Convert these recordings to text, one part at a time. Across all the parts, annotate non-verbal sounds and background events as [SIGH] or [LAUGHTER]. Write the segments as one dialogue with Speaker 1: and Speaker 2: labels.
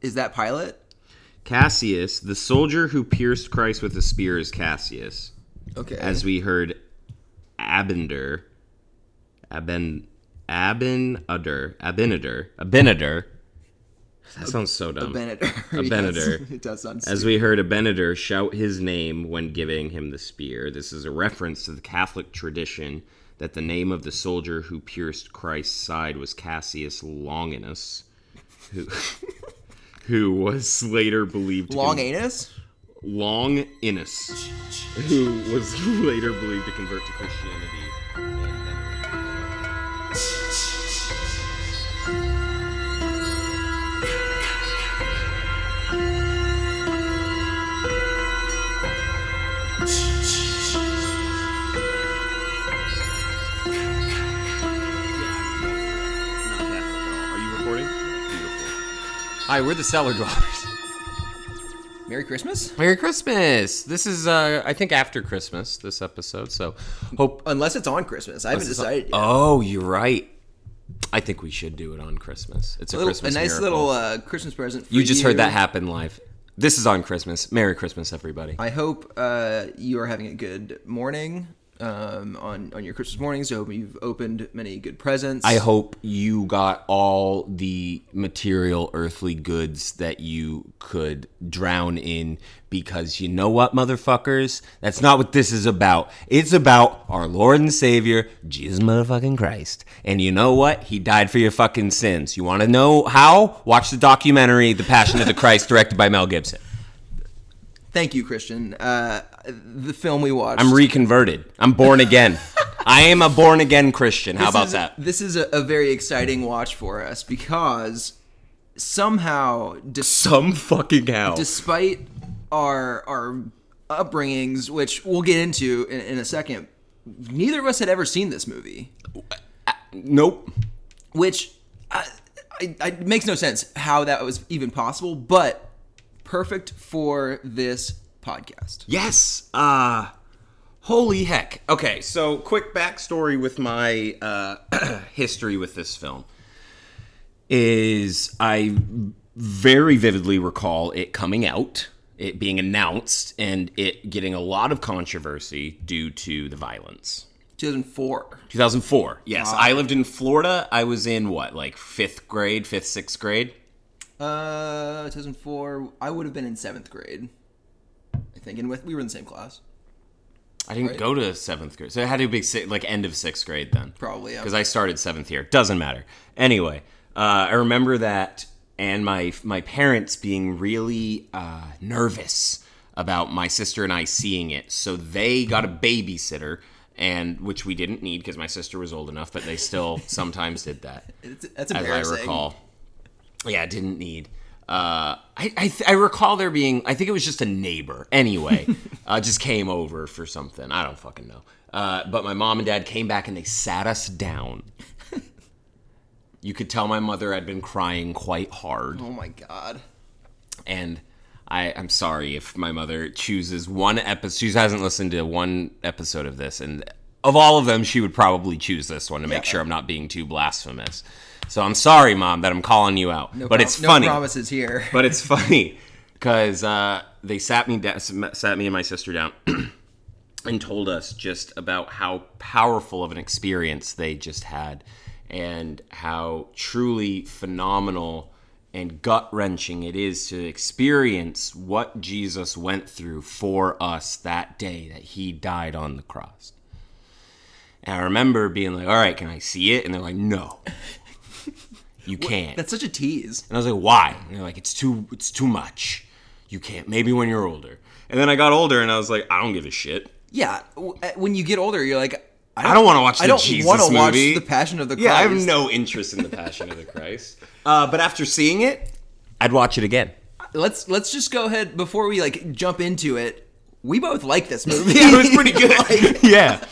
Speaker 1: Is that Pilate?
Speaker 2: Cassius, the soldier who pierced Christ with a spear, is Cassius.
Speaker 1: Okay.
Speaker 2: As we heard, Abender, Aben, Abenader, Abenader, Abenader. That sounds so dumb.
Speaker 1: [LAUGHS] Benedict.
Speaker 2: Abenitor.
Speaker 1: Yes, it does sound
Speaker 2: As we heard Abenader shout his name when giving him the spear, this is a reference to the Catholic tradition that the name of the soldier who pierced Christ's side was Cassius Longinus, who, [LAUGHS] who was later believed to
Speaker 1: long anus.
Speaker 2: Long Innes, who was [LAUGHS] later believed to convert to Christianity. and then- Yeah, not Catholic at all. Are you recording? Beautiful.
Speaker 3: Hi, we're the Cellar Dwellers.
Speaker 1: Merry Christmas.
Speaker 3: Merry Christmas! This is, uh, I think, after Christmas, this episode, so hope.
Speaker 1: Unless it's on Christmas, I haven't decided. yet.
Speaker 3: Oh, you're right. I think we should do it on Christmas. It's a,
Speaker 1: A, little, a
Speaker 3: Christmas
Speaker 1: nice
Speaker 3: miracle.
Speaker 1: little uh, Christmas present. For
Speaker 3: You just heard that
Speaker 1: happen.
Speaker 3: happen live. This is on Christmas. Merry Christmas, everybody.
Speaker 1: I hope uh, you are having a good morning um, on on your Christmas mornings. I hope you've opened many good presents.
Speaker 3: I hope you got all the material earthly goods that you could drown in because you know what, motherfuckers? That's not what this is about. It's about our Lord and Savior, Jesus motherfucking Christ. And you know what? He died for your fucking sins. You want to know how? Watch the documentary, The Passion of the Christ, directed by Mel Gibson.
Speaker 1: Thank you, Christian. Uh, the film we watched.
Speaker 3: I'm reconverted. I'm born again. I am a born again Christian. How
Speaker 1: This
Speaker 3: about
Speaker 1: is-
Speaker 3: that?
Speaker 1: This is a, a very exciting watch for us because somehow, dis-
Speaker 3: Some fucking hell.
Speaker 1: despite our our upbringings, which we'll get into in, in a second, neither of us had ever seen this movie.
Speaker 3: nope.
Speaker 1: which I, I, I, it makes no sense how that was even possible, but perfect for this podcast.
Speaker 3: Yes. Uh holy heck. Okay, so quick backstory with my uh [CLEARS THROAT] history with this film is I very vividly recall it coming out, it being announced, and it getting a lot of controversy due to the violence.
Speaker 1: 2004.
Speaker 3: 2004. Yes, I lived in Florida. I was in what, like fifth grade, fifth, sixth grade.
Speaker 1: Uh, 2004. I would have been in seventh grade, I think, and with we were in the same class.
Speaker 3: I didn't go to seventh grade, so it had to be si- like end of sixth grade then.
Speaker 1: Probably, yeah.
Speaker 3: because I started seventh year. Doesn't matter. Anyway, uh, I remember that, and my my parents being really uh, nervous about my sister and I seeing it, so they got a babysitter, and which we didn't need because my sister was old enough, but
Speaker 1: [LAUGHS]
Speaker 3: they still sometimes did that
Speaker 1: It's, that's
Speaker 3: as
Speaker 1: embarrassing.
Speaker 3: I recall. Yeah, didn't need. Uh, I I, th- I recall there being. I think it was just a neighbor. Anyway, uh, just came over for something. I don't fucking know. Uh, but my mom and dad came back and they sat us down. you could tell my mother had been crying quite hard
Speaker 1: Oh my god.
Speaker 3: and I, I'm sorry if my mother chooses one episode. She hasn't listened to one episode of this, and of all of them, she would probably choose this one to make
Speaker 1: Yeah.
Speaker 3: sure I'm not being too blasphemous. So I'm sorry, mom, that I'm calling you out,
Speaker 1: No
Speaker 3: but
Speaker 1: prom-
Speaker 3: it's funny.
Speaker 1: No promises here.
Speaker 3: But it's funny because uh, they sat me down, sat me and my sister down, [CLEARS THROAT] and told us just about how powerful of an experience they just had, and how truly phenomenal and gut wrenching it is to experience what Jesus went through for us that day that He died on the cross. And I remember being like, "All right, can I see it?" And they're like, "No." You can't.
Speaker 1: That's such a tease.
Speaker 3: And I was like, why? And they're like, it's too it's too much. You can't. Maybe when you're older. And then I got older and I was like, I don't give a shit.
Speaker 1: Yeah. w- uh, When you get older, you're like, I
Speaker 3: I don't want to watch the
Speaker 1: I don't
Speaker 3: Jesus
Speaker 1: want to watch
Speaker 3: movie.
Speaker 1: the Passion of the Christ.
Speaker 3: yeah, I have no interest in the Passion of
Speaker 1: [LAUGHS]
Speaker 3: the Christ. Uh, but after seeing it, I'd watch it again.
Speaker 1: Let's let's just go ahead before we like jump into it. We both like this movie.
Speaker 3: It was
Speaker 1: [LAUGHS]
Speaker 3: pretty [LAUGHS] good. yeah,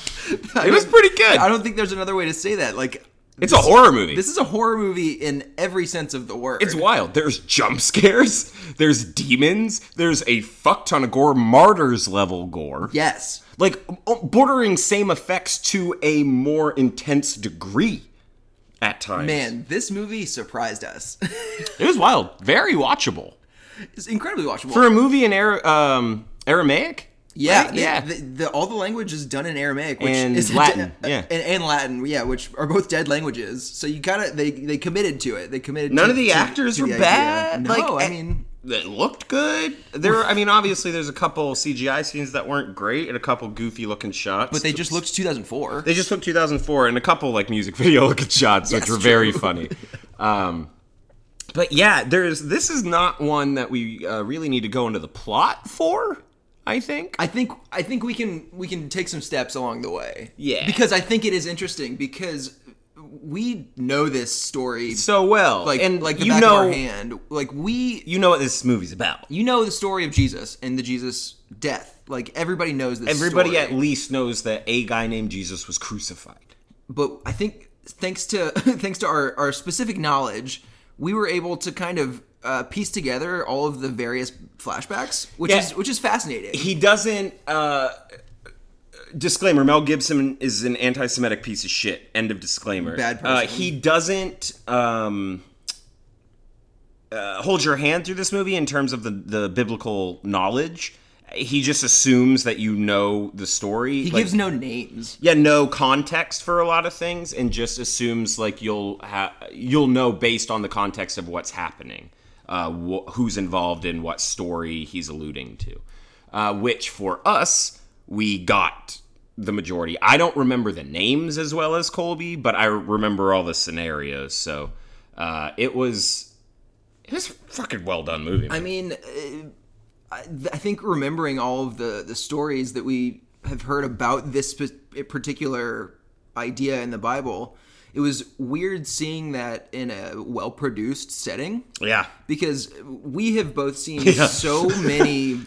Speaker 1: I
Speaker 3: it was
Speaker 1: don't-
Speaker 3: pretty good.
Speaker 1: I don't think there's another way to say that. Like,
Speaker 3: It's a horror movie.
Speaker 1: this is a horror movie in every sense of the word.
Speaker 3: It's wild. There's jump scares. There's demons. There's a fuck ton of gore. Martyrs level gore.
Speaker 1: yes,
Speaker 3: uh, like bordering same effects to a more intense degree. at times.
Speaker 1: Man, this movie surprised us. [LAUGHS]
Speaker 3: It was wild. Very watchable.
Speaker 1: it's incredibly watchable.
Speaker 3: For a movie in Ara- um, Aramaic?
Speaker 1: yeah,
Speaker 3: right?
Speaker 1: they-
Speaker 3: yeah.
Speaker 1: The, the, all the language is done in Aramaic, which
Speaker 3: And
Speaker 1: is [LAUGHS]
Speaker 3: Latin, yeah.
Speaker 1: and, and Latin, yeah, which are both dead languages. So you gotta they they committed to it. They committed.
Speaker 3: None
Speaker 1: to,
Speaker 3: of the
Speaker 1: to-
Speaker 3: actors
Speaker 1: to
Speaker 3: were
Speaker 1: the idea.
Speaker 3: bad.
Speaker 1: No,
Speaker 3: like, eh,
Speaker 1: I mean,
Speaker 3: it looked good. There, were, I mean, obviously, there's a couple CGI scenes that weren't great and a couple goofy looking shots.
Speaker 1: but they just looked 2004.
Speaker 3: They just took 2004 and a couple like music [LAUGHS] video looking shots, which
Speaker 1: Yes,
Speaker 3: were
Speaker 1: true.
Speaker 3: very funny. Um, but yeah, there's this is not one that we uh, really need to go into the plot for. I think
Speaker 1: I think I think we can we can take some steps along the way.
Speaker 3: Yeah.
Speaker 1: because I think it is interesting because we know this story
Speaker 3: so well,
Speaker 1: like
Speaker 3: and
Speaker 1: like the
Speaker 3: you
Speaker 1: back
Speaker 3: know,
Speaker 1: of our hand. Like we
Speaker 3: you know what this movie's about.
Speaker 1: you know the story of Jesus and the Jesus death. Like everybody knows this.
Speaker 3: Everybody
Speaker 1: story.
Speaker 3: at least knows that a guy named Jesus was crucified.
Speaker 1: but I think thanks to [LAUGHS] thanks to our our specific knowledge, we were able to kind of uh, piece together all of the various flashbacks, which
Speaker 3: Yeah.
Speaker 1: is which is fascinating.
Speaker 3: he doesn't uh disclaimer mel gibson is an anti-semitic piece of shit end of disclaimer
Speaker 1: Bad
Speaker 3: uh,
Speaker 1: person.
Speaker 3: he doesn't um uh, hold your hand through this movie in terms of the the biblical knowledge he just assumes that you know the story
Speaker 1: he
Speaker 3: like-
Speaker 1: gives no names.
Speaker 3: yeah no context for a lot of things and just assumes like you'll ha- you'll know based on the context of what's happening uh, wh- who's involved in what story he's alluding to uh, which for us we got the majority i don't remember the names as well as colby but i remember all the scenarios so uh, it was it was a fucking well done movie man.
Speaker 1: I mean, uh, I, I think remembering all of the the stories that we have heard about this spe- particular idea in the Bible, it was weird seeing that in a well produced setting
Speaker 3: yeah
Speaker 1: because we have both seen so many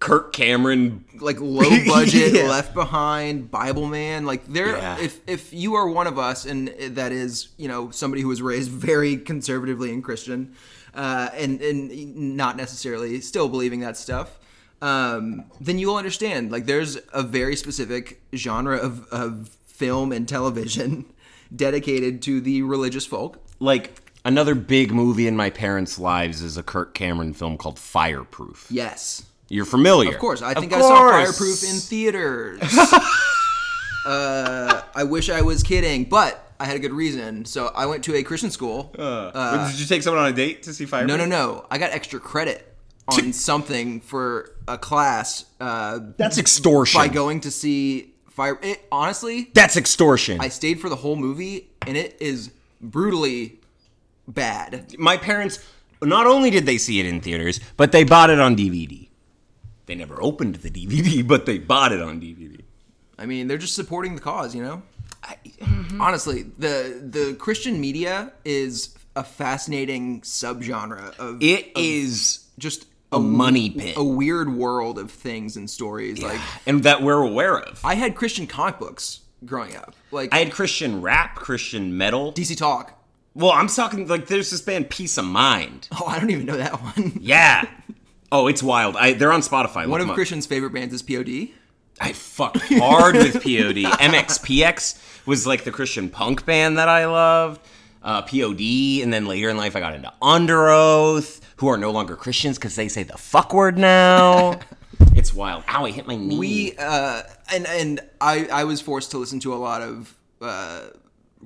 Speaker 3: kirk cameron
Speaker 1: like low budget
Speaker 3: [LAUGHS] Yeah.
Speaker 1: left behind bible man like there
Speaker 3: Yeah.
Speaker 1: if if you are one of us and that is you know somebody who was raised very conservatively and christian uh, and and not necessarily still believing that stuff um, then you'll understand like there's a very specific genre of, of film and television [LAUGHS] dedicated to the religious folk
Speaker 3: like another big movie in my parents' lives is a Kirk Cameron film called Fireproof.
Speaker 1: yes
Speaker 3: You're familiar.
Speaker 1: Of course, I think I saw
Speaker 3: course.
Speaker 1: Fireproof in theaters. uh, I wish I was kidding, but I had a good reason. So I went to a Christian school.
Speaker 3: Uh. Did you take someone on a date to see Fireproof?
Speaker 1: uh, no, no, no. I got extra credit on something for a class uh,
Speaker 3: That's extortion.
Speaker 1: by going to see Fire. It, honestly,
Speaker 3: That's extortion.
Speaker 1: I stayed for the whole movie, and it is brutally bad.
Speaker 3: my parents not only did they see it in theaters, but they bought it on DVD. They never opened the DVD, [LAUGHS] but they bought it on DVD.
Speaker 1: I mean, they're just supporting the cause, you know. Honestly, the the Christian media is a fascinating subgenre of
Speaker 3: It is
Speaker 1: just
Speaker 3: a money pit,
Speaker 1: a weird world of things and stories. Like
Speaker 3: and that we're aware of.
Speaker 1: I had Christian comic books growing up, like
Speaker 3: I had Christian rap, Christian metal.
Speaker 1: DC Talk.
Speaker 3: Well, I'm talking like there's this band Peace of Mind.
Speaker 1: Oh, I don't even know that [LAUGHS] one.
Speaker 3: Yeah. Oh, it's wild. I, they're on Spotify.
Speaker 1: One
Speaker 3: Look
Speaker 1: of
Speaker 3: them up.
Speaker 1: Christian's favorite bands is POD.
Speaker 3: I fucked hard with [LAUGHS] POD. MXPX was like the Christian punk band that I loved. Uh, POD, and then later in life, I got into Under Oath, who are no longer Christians because they say the fuck word [LAUGHS] now. it's wild. Ow, I hit my knee.
Speaker 1: We uh, and and I I was forced to listen to a lot of uh,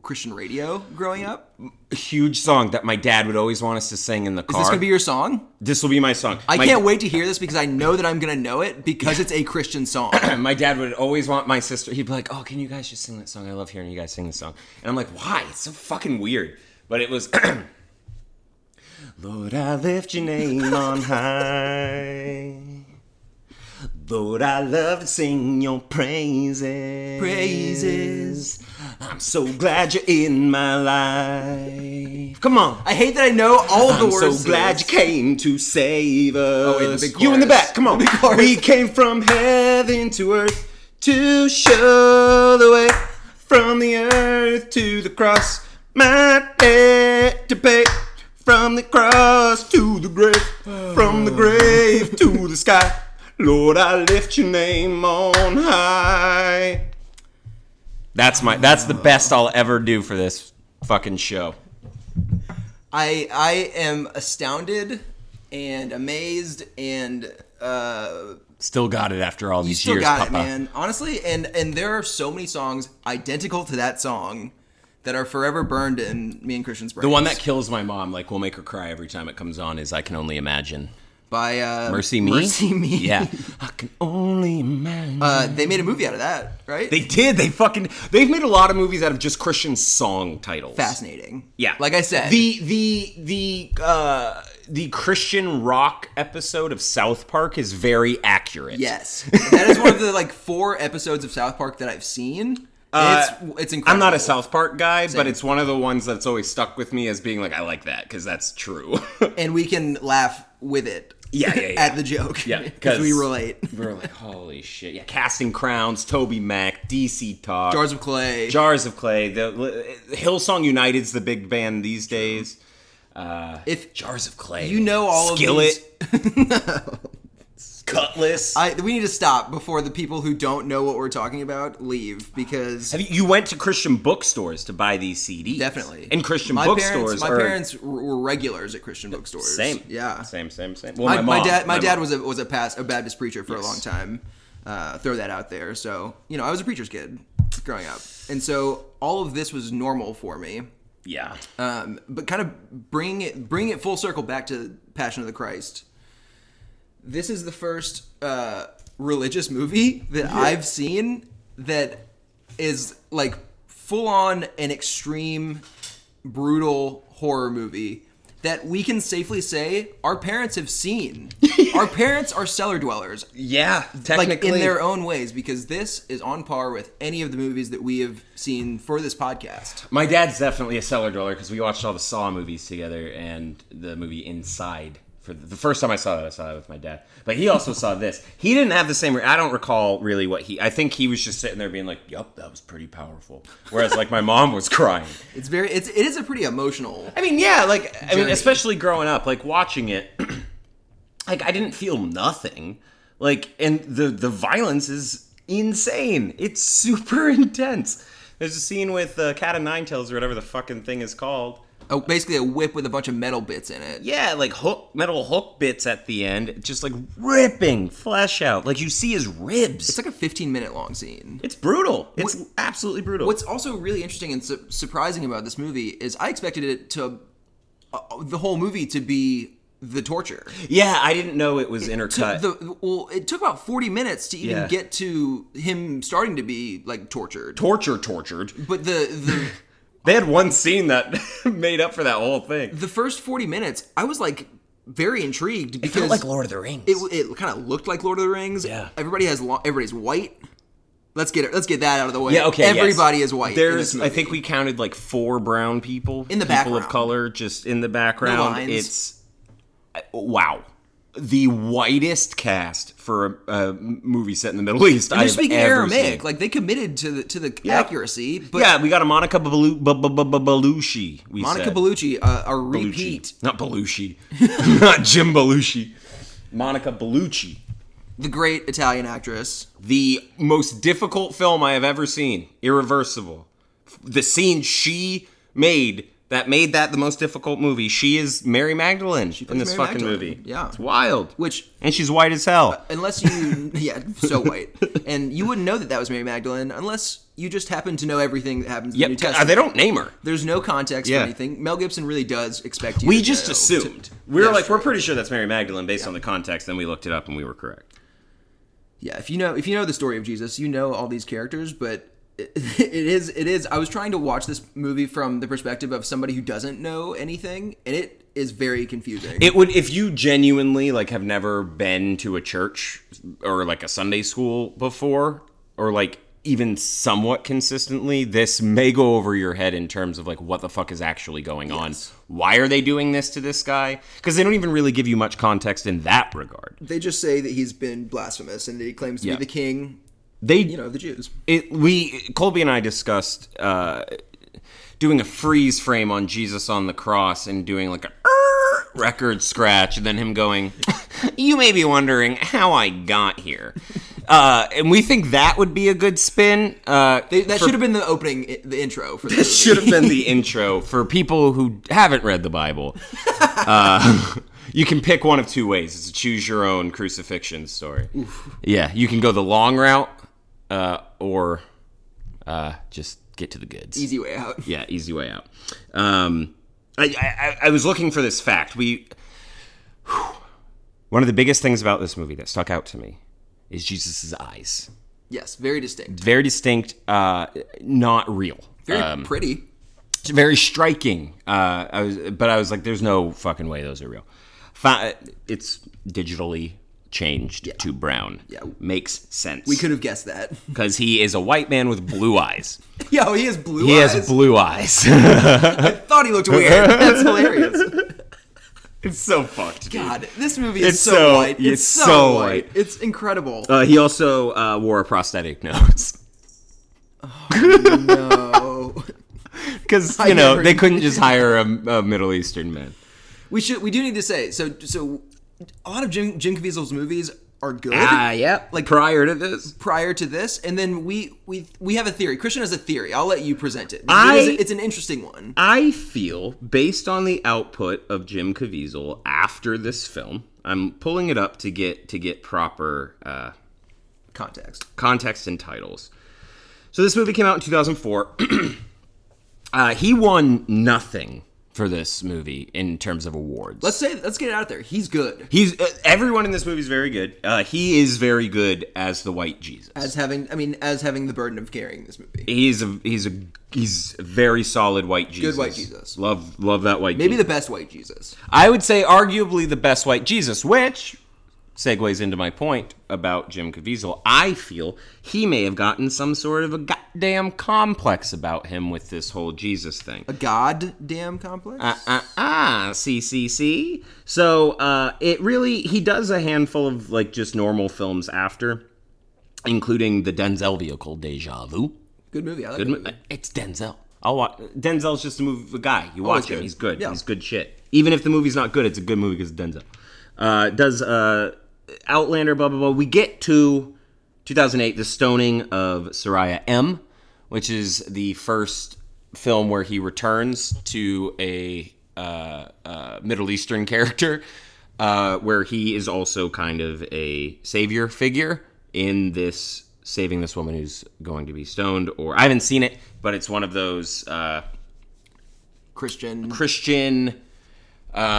Speaker 1: Christian radio growing up. Is
Speaker 3: a huge song that my dad would always want us to sing in the car.
Speaker 1: this gonna be your song?
Speaker 3: This will be my song.
Speaker 1: I
Speaker 3: my,
Speaker 1: can't wait to hear this because I know that I'm gonna know it because it's a Christian
Speaker 3: [COUGHS]
Speaker 1: song.
Speaker 3: My dad would always want my sister. He'd be like, "Oh, can you guys just sing that song? I love hearing you guys sing this song." And I'm like, "Why? It's so fucking weird." But it was, [CLEARS THROAT] Lord, I lift your name on high. Lord, I love to sing your praises.
Speaker 1: Praises.
Speaker 3: I'm so glad you're in my life. Come on.
Speaker 1: I hate that I know all of the
Speaker 3: I'm
Speaker 1: words.
Speaker 3: so
Speaker 1: to
Speaker 3: glad you
Speaker 1: this.
Speaker 3: came to save us.
Speaker 1: wait, Oh, the big
Speaker 3: you in the
Speaker 1: chorus.
Speaker 3: back, come on.
Speaker 1: The big chorus.
Speaker 3: We came from heaven to earth to show the way. From the earth to the cross, my debt to pay. From the cross to the grave, from the grave to the sky. Lord, I lift your name on high. That's my. That's the best I'll ever do for this fucking show.
Speaker 1: I I am astounded and amazed and uh,
Speaker 3: Still got it after all these
Speaker 1: still
Speaker 3: years,
Speaker 1: got
Speaker 3: Papa.
Speaker 1: it, man. Honestly, and and there are so many songs identical to that song that are forever burned in me and Christian's brains.
Speaker 3: The one that kills my mom, like will make her cry every time it comes on, is "I Can Only Imagine."
Speaker 1: by uh,
Speaker 3: Mercy me.
Speaker 1: Mercy me.
Speaker 3: [LAUGHS] Yeah, I can only imagine.
Speaker 1: Uh, they made a movie out of that, right?
Speaker 3: They did. They fucking. They've made a lot of movies out of just Christian song titles.
Speaker 1: Fascinating.
Speaker 3: Yeah.
Speaker 1: Like I said,
Speaker 3: the the the uh, the Christian rock episode of South Park is very accurate.
Speaker 1: yes, that is one of the like four episodes of South Park that I've seen.
Speaker 3: Uh,
Speaker 1: it's it's
Speaker 3: I'm
Speaker 1: incredible.
Speaker 3: not a South Park guy,
Speaker 1: Same.
Speaker 3: but it's one of the ones that's always stuck with me as being like, I like that because that's true. [LAUGHS]
Speaker 1: and we can laugh with it.
Speaker 3: Yeah, yeah,
Speaker 1: [LAUGHS]
Speaker 3: yeah.
Speaker 1: at the joke.
Speaker 3: Yeah,
Speaker 1: because we
Speaker 3: 'cause-
Speaker 1: relate.
Speaker 3: We're like, holy shit! Yeah, casting crowns, Toby Mac, DC Talk,
Speaker 1: Jars of clay.
Speaker 3: Jars of Clay, the Hillsong United's the big band these days.
Speaker 1: if
Speaker 3: Jars of Clay,
Speaker 1: you know all of
Speaker 3: Skillet,
Speaker 1: these-
Speaker 3: [LAUGHS] Cutlass.
Speaker 1: I, we need to stop before the people who don't know what we're talking about leave because
Speaker 3: Have you, you went to Christian bookstores to buy these CDs?
Speaker 1: definitely
Speaker 3: And Christian
Speaker 1: my Parents,
Speaker 3: bookstores
Speaker 1: my
Speaker 3: are
Speaker 1: parents were regulars at Christian bookstores.
Speaker 3: same.
Speaker 1: yeah.
Speaker 3: Same. Same. Same. Well,
Speaker 1: My,
Speaker 3: my,
Speaker 1: my
Speaker 3: mom-
Speaker 1: dad, my, dad
Speaker 3: mom-
Speaker 1: was a was a past a Baptist preacher for a long time. Uh, throw that out there. So you know, I was a preacher's kid growing up, and so all of this was normal for me.
Speaker 3: Yeah.
Speaker 1: Um, but kind of bringing it bringing it full circle back to Passion of the Christ. This is the first uh, religious movie that I've seen that is like full on an extreme, brutal horror movie that we can safely say our parents have seen. our parents are cellar dwellers,
Speaker 3: yeah.
Speaker 1: like
Speaker 3: Technically,
Speaker 1: in their own ways, because this is on par with any of the movies that we have seen for this podcast.
Speaker 3: my dad's definitely a cellar dweller because we watched all the Saw movies together and the movie Inside. For the, the first time I saw that, I saw it with my dad. But he also saw this. He didn't have the same. Re- I don't recall really what he. I think he was just sitting there being like, "Yup, that was pretty powerful." Whereas like my mom was crying.
Speaker 1: It's very it's it is a pretty emotional.
Speaker 3: I mean, yeah, like I mean,
Speaker 1: Journey.
Speaker 3: especially growing up, like watching it, [CLEARS THROAT] like I didn't feel nothing. Like, and the the violence is insane. It's [LAUGHS] super intense. There's a scene with uh, Cat of Nine Tails or whatever the fucking thing is called.
Speaker 1: Oh, basically a whip with a bunch of metal bits in it.
Speaker 3: Yeah, like hook metal hook bits at the end, just like ripping flesh out. Like you see his
Speaker 1: It's
Speaker 3: ribs. It's,
Speaker 1: like a 15 minute long scene.
Speaker 3: brutal. It's absolutely brutal.
Speaker 1: What's also really interesting and su- surprising about this movie is I expected it to uh, the whole movie to be the torture.
Speaker 3: yeah, I didn't know it was
Speaker 1: To
Speaker 3: intercut.
Speaker 1: the- well, it took about 40 minutes to even
Speaker 3: Yeah.
Speaker 1: get to him starting to be like tortured.
Speaker 3: torture tortured.
Speaker 1: but the the
Speaker 3: They had one scene that [LAUGHS] made up for that whole thing.
Speaker 1: the first 40 minutes, I was like very intrigued because
Speaker 3: Lord of the Rings.
Speaker 1: it, it kind of looked like Lord of the Rings.
Speaker 3: Yeah.
Speaker 1: Everybody has lo- everybody's white. Let's get it. Let's get that out of the way.
Speaker 3: yeah, okay. yes.
Speaker 1: Everybody is white. in this
Speaker 3: There's, I
Speaker 1: movie.
Speaker 3: think we counted like four brown people
Speaker 1: In the
Speaker 3: people
Speaker 1: background.
Speaker 3: of color, just in the background.
Speaker 1: No lines.
Speaker 3: It's I- wow, the whitest cast for a, a movie set in the Middle East.
Speaker 1: they're
Speaker 3: I've
Speaker 1: speaking
Speaker 3: ever
Speaker 1: Aramaic.
Speaker 3: seen.
Speaker 1: Like they committed to the to the
Speaker 3: Yeah.
Speaker 1: accuracy. But
Speaker 3: yeah, we got a Monica Balu- Ba- Ba- Ba- Ba- Belushi. We
Speaker 1: Monica
Speaker 3: said.
Speaker 1: Bellucci, uh, a
Speaker 3: Belushi.
Speaker 1: repeat.
Speaker 3: not Belushi, [LAUGHS] not Jim Belushi. Monica Bellucci.
Speaker 1: The great Italian actress.
Speaker 3: the most difficult film I have ever seen, Irreversible. The scene she made that made that the most difficult movie. She is Mary Magdalene in
Speaker 1: Mary
Speaker 3: this fucking
Speaker 1: Magdalene,
Speaker 3: movie.
Speaker 1: yeah.
Speaker 3: it's wild.
Speaker 1: Which,
Speaker 3: and she's white as hell.
Speaker 1: unless you, [LAUGHS] yeah, so white, and you wouldn't know that that was Mary Magdalene unless you just happen to know everything that happens in
Speaker 3: Yep,
Speaker 1: the New
Speaker 3: uh,
Speaker 1: Testament.
Speaker 3: they don't name her.
Speaker 1: There's no context
Speaker 3: Yeah.
Speaker 1: for anything. Mel Gibson really does expect you.
Speaker 3: We
Speaker 1: to
Speaker 3: just
Speaker 1: know-
Speaker 3: assumed.
Speaker 1: to-
Speaker 3: we were
Speaker 1: That's
Speaker 3: like,
Speaker 1: true.
Speaker 3: we're pretty sure that's Mary Magdalene based on the context. Then we looked it up and we were correct.
Speaker 1: yeah if you know if you know the story of jesus you know all these characters but it, [LAUGHS] it is it is i was trying to watch this movie from the perspective of somebody who doesn't know anything and it is very confusing
Speaker 3: It would if you genuinely like have never been to a church or like a Sunday school before or like even somewhat consistently, this may go over your head in terms of like what the fuck is actually going on. Why are they doing this to this guy? Cuz they don't even really give you much context in that regard.
Speaker 1: they just say that he's been blasphemous and that he claims to
Speaker 3: Yeah.
Speaker 1: be the king
Speaker 3: They
Speaker 1: you know of the jews
Speaker 3: it we Colby and I discussed uh, doing a freeze frame on Jesus on the cross and doing like a "Er," [LAUGHS] record scratch, and then him going, "You may be wondering how I got here." Uh, and we think that would be a good spin. Uh,
Speaker 1: They, that
Speaker 3: for-
Speaker 1: should have been the opening, i- the intro for
Speaker 3: That
Speaker 1: this.
Speaker 3: [LAUGHS] should have been the intro for people who haven't read the
Speaker 1: [LAUGHS]
Speaker 3: Bible. Uh, [LAUGHS] you can pick one of two ways. It's a choose your own crucifixion story. Yeah, you can go the long route uh, or uh, just get to the goods.
Speaker 1: Easy way out.
Speaker 3: Yeah, easy way out. Um, I, I, I- I was looking for this fact. We whew. one of the biggest things about this movie that stuck out to me is Jesus' eyes.
Speaker 1: Yes, very distinct,
Speaker 3: Very distinct, uh, not real. Uh,
Speaker 1: very
Speaker 3: Um,
Speaker 1: pretty.
Speaker 3: It's very striking. Uh, I was, but I was like, "There's no fucking way those are real." Fi- it's digitally changed to brown.
Speaker 1: Yeah.
Speaker 3: makes sense.
Speaker 1: We could have guessed that. [LAUGHS]
Speaker 3: because he is a white man with blue eyes.
Speaker 1: Yo, he has blue
Speaker 3: He
Speaker 1: eyes.
Speaker 3: has blue eyes. [LAUGHS]
Speaker 1: I thought he looked weird. That's hilarious.
Speaker 3: it's so fucked. dude.
Speaker 1: God, this movie is
Speaker 3: It's
Speaker 1: so,
Speaker 3: so-
Speaker 1: white. It's,
Speaker 3: it's
Speaker 1: so,
Speaker 3: so
Speaker 1: white.
Speaker 3: white.
Speaker 1: It's incredible.
Speaker 3: Uh, he also uh, wore a prosthetic nose [LAUGHS]
Speaker 1: no.
Speaker 3: because
Speaker 1: I
Speaker 3: you know
Speaker 1: never-
Speaker 3: they couldn't just hire a, a Middle Eastern man.
Speaker 1: We should. We do need to say so. So, a lot of Jim Jim Caviezel's movies are good.
Speaker 3: yep.
Speaker 1: Like-
Speaker 3: Like prior to this,
Speaker 1: prior to this, and then we we we have a theory. Christian has a theory. I'll let you present it.
Speaker 3: I-
Speaker 1: It is- it's an interesting one.
Speaker 3: I feel, based on the output of Jim Caviezel after this film, I'm pulling it up to get to get proper uh,
Speaker 1: Context.
Speaker 3: context and titles. So this movie came out in 2004. [CLEARS THROAT] uh, he won nothing for this movie in terms of awards.
Speaker 1: Let's say. Let's get it out there. He's good.
Speaker 3: He's uh, everyone in this movie is very good. Uh, he is very good as the white Jesus.
Speaker 1: As having, I mean, as having the burden of carrying this movie.
Speaker 3: he's a he's a he's a very solid white Jesus.
Speaker 1: white Jesus.
Speaker 3: Love love that white.
Speaker 1: Maybe
Speaker 3: Jesus.
Speaker 1: the best white Jesus.
Speaker 3: I would say arguably the best white Jesus, which segues into my point about Jim Caviezel. I feel he may have gotten some sort of a goddamn complex about him with this whole Jesus thing.
Speaker 1: A goddamn complex.
Speaker 3: Ah, ah, ah, CCC. So uh, it really, he does a handful of like just normal films after, including the Denzel vehicle, Deja Vu.
Speaker 1: good movie. I like
Speaker 3: Good
Speaker 1: that
Speaker 3: mo-
Speaker 1: movie.
Speaker 3: It's Denzel. I'll watch. Denzel's just a movie a guy. You watch
Speaker 1: he's
Speaker 3: him.
Speaker 1: good.
Speaker 3: He's good.
Speaker 1: Yeah.
Speaker 3: He's good shit. Even if the movie's not good, it's a good movie because Denzel. Uh, does uh, Outlander, blah, blah, blah. We get to 2008, the stoning of Soraya M., which is the first film where he returns to a uh, uh, Middle Eastern [LAUGHS] character, uh, where he is also kind of a savior figure in this saving this woman who's going to be stoned. Or I haven't seen it, but it's one of those. Uh,
Speaker 1: Christian.
Speaker 3: Christian, uh,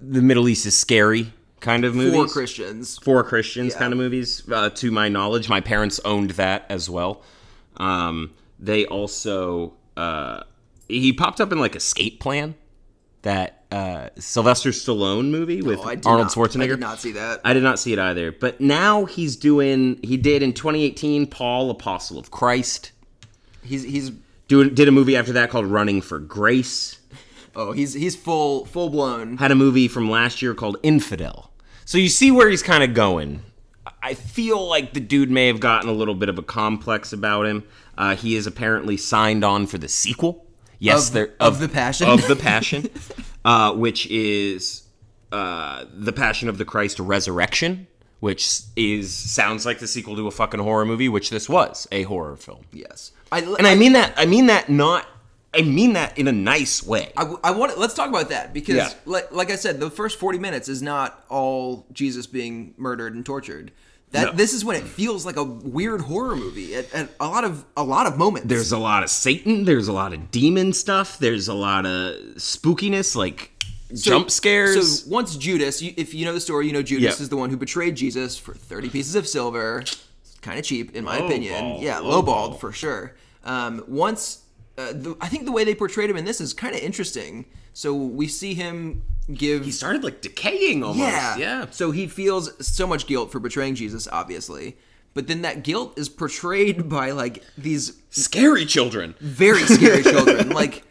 Speaker 3: the Middle East is scary kind of movies.
Speaker 1: Four Christians.
Speaker 3: For Christians kind of movies, uh, to my knowledge. My parents owned that as well. Um, they also, uh, he popped up in like Escape Plan, that uh, Sylvester Stallone movie with
Speaker 1: Oh, I did
Speaker 3: Arnold
Speaker 1: not- I
Speaker 3: Schwarzenegger.
Speaker 1: did not see that.
Speaker 3: I did not see it either. But now he's doing, he did in 2018, Paul, Apostle of Christ.
Speaker 1: He's he's
Speaker 3: Do, did a movie after that called Running for Grace.
Speaker 1: oh he's he's full full blown.
Speaker 3: had a movie from last year called Infidel. So you see where he's kind of going. I feel like the dude may have gotten a little bit of a complex about him. Uh, he is apparently signed on for the sequel. Yes,
Speaker 1: Of-
Speaker 3: there
Speaker 1: of The Passion.
Speaker 3: of the Passion, [LAUGHS] uh, which is uh, the Passion of the Christ Resurrection, which is sounds like the sequel to a fucking horror movie, which this was a horror film.
Speaker 1: Yes. I
Speaker 3: And I mean that. I mean that not. I mean that in a nice way.
Speaker 1: I, w- I want let's talk about that because
Speaker 3: Yeah.
Speaker 1: like like I said the first 40 minutes is not all Jesus being murdered and tortured. That
Speaker 3: No.
Speaker 1: this is when it feels like a weird horror movie at, at a lot of a lot of moments.
Speaker 3: there's a lot of Satan, there's a lot of demon stuff, there's a lot of spookiness, like
Speaker 1: So-
Speaker 3: jump scares.
Speaker 1: So once Judas, you, if you know the story, you know Judas
Speaker 3: Yeah.
Speaker 1: is the one who betrayed Jesus for 30 pieces of silver. Kind of cheap, in my opinion.
Speaker 3: Lowball,
Speaker 1: Yeah,
Speaker 3: lowball.
Speaker 1: lowballed for sure. Um, once, uh, the, I think the way they portrayed him in this is kind of interesting. So we see him give
Speaker 3: he started like decaying almost. Yeah.
Speaker 1: So he feels so much guilt for betraying Jesus, obviously. But then that guilt is portrayed [LAUGHS] by like these
Speaker 3: Scary children.
Speaker 1: very
Speaker 3: [LAUGHS]
Speaker 1: scary children. Like,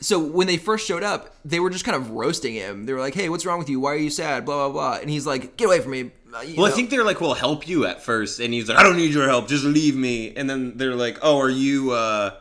Speaker 1: so when they first showed up, they were just kind of roasting him. They were like, "Hey, what's wrong with you? Why are you sad?" Blah blah blah. And he's like, "Get away from me." uh, you
Speaker 3: Well, I
Speaker 1: know."
Speaker 3: think they're like, we'll help you at first. And he's like, I don't need your help. Just leave me. And then they're like, oh, are you, uh,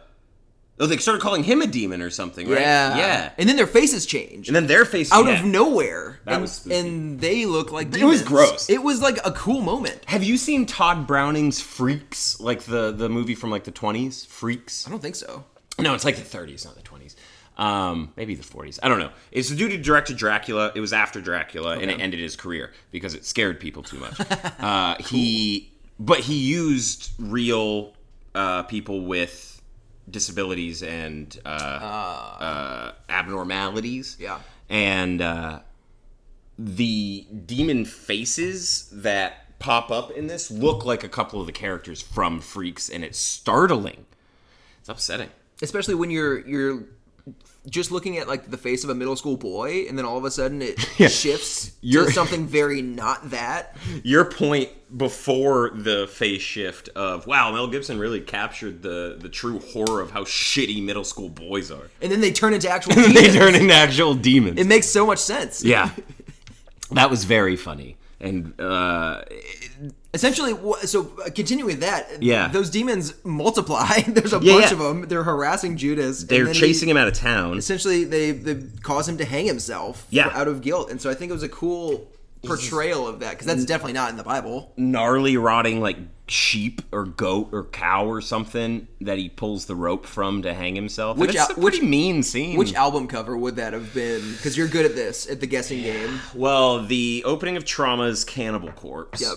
Speaker 3: Oh, they started calling him a demon or something, right?
Speaker 1: Yeah.
Speaker 3: yeah.
Speaker 1: And then their faces change.
Speaker 3: And then their face
Speaker 1: out
Speaker 3: yeah.
Speaker 1: of nowhere.
Speaker 3: That
Speaker 1: and,
Speaker 3: was spooky.
Speaker 1: and they look like demons.
Speaker 3: It was gross.
Speaker 1: It was like a cool moment.
Speaker 3: Have you seen Todd Browning's Freaks, like the the movie from like the twenties? Freaks.
Speaker 1: I don't think so.
Speaker 3: No, it's like the 30s, not the 20s. Um, maybe the 40s. I don't know. It's the dude who directed Dracula. It was after Dracula, and it ended his career because it scared people too much. uh, He, but he used real uh, people with disabilities and uh, uh. abnormalities.
Speaker 1: Yeah.
Speaker 3: and uh, the demon faces that pop up in this look like a couple of the characters from Freaks, and it's startling. It's upsetting.
Speaker 1: Especially when you're you're just looking at like the face of a middle school boy, and then all of a sudden
Speaker 3: [LAUGHS]
Speaker 1: it shifts
Speaker 3: You're- [LAUGHS]
Speaker 1: to something very not that.
Speaker 3: your point before the face shift of wow mel gibson really captured the the true horror of how shitty middle school boys [LAUGHS] are
Speaker 1: And then they turn into
Speaker 3: [LAUGHS]
Speaker 1: actual. demons.
Speaker 3: into actual demons
Speaker 1: It makes so much sense.
Speaker 3: yeah that was very funny and uh
Speaker 1: Essentially, wha- so uh, continuing with that,
Speaker 3: Yeah.
Speaker 1: those demons multiply. [LAUGHS] There's a
Speaker 3: Yeah,
Speaker 1: bunch
Speaker 3: yeah.
Speaker 1: of them. They're harassing Judas. and
Speaker 3: they're
Speaker 1: then he-
Speaker 3: chasing him out of town
Speaker 1: essentially, they they cause him to hang himself.
Speaker 3: Yeah.
Speaker 1: out of guilt, and so I think it was a cool portrayal of that because
Speaker 3: Mm.
Speaker 1: that's definitely not in the Bible.
Speaker 3: gnarly rotting like sheep or goat or cow or something that he pulls the rope from to hang himself
Speaker 1: Which
Speaker 3: which it's
Speaker 1: al-
Speaker 3: a pretty mean scene
Speaker 1: Which album cover would that have been? Because you're good at this at the guessing game.
Speaker 3: Well, the opening of Trauma's Cannibal Corpse.
Speaker 1: Yep.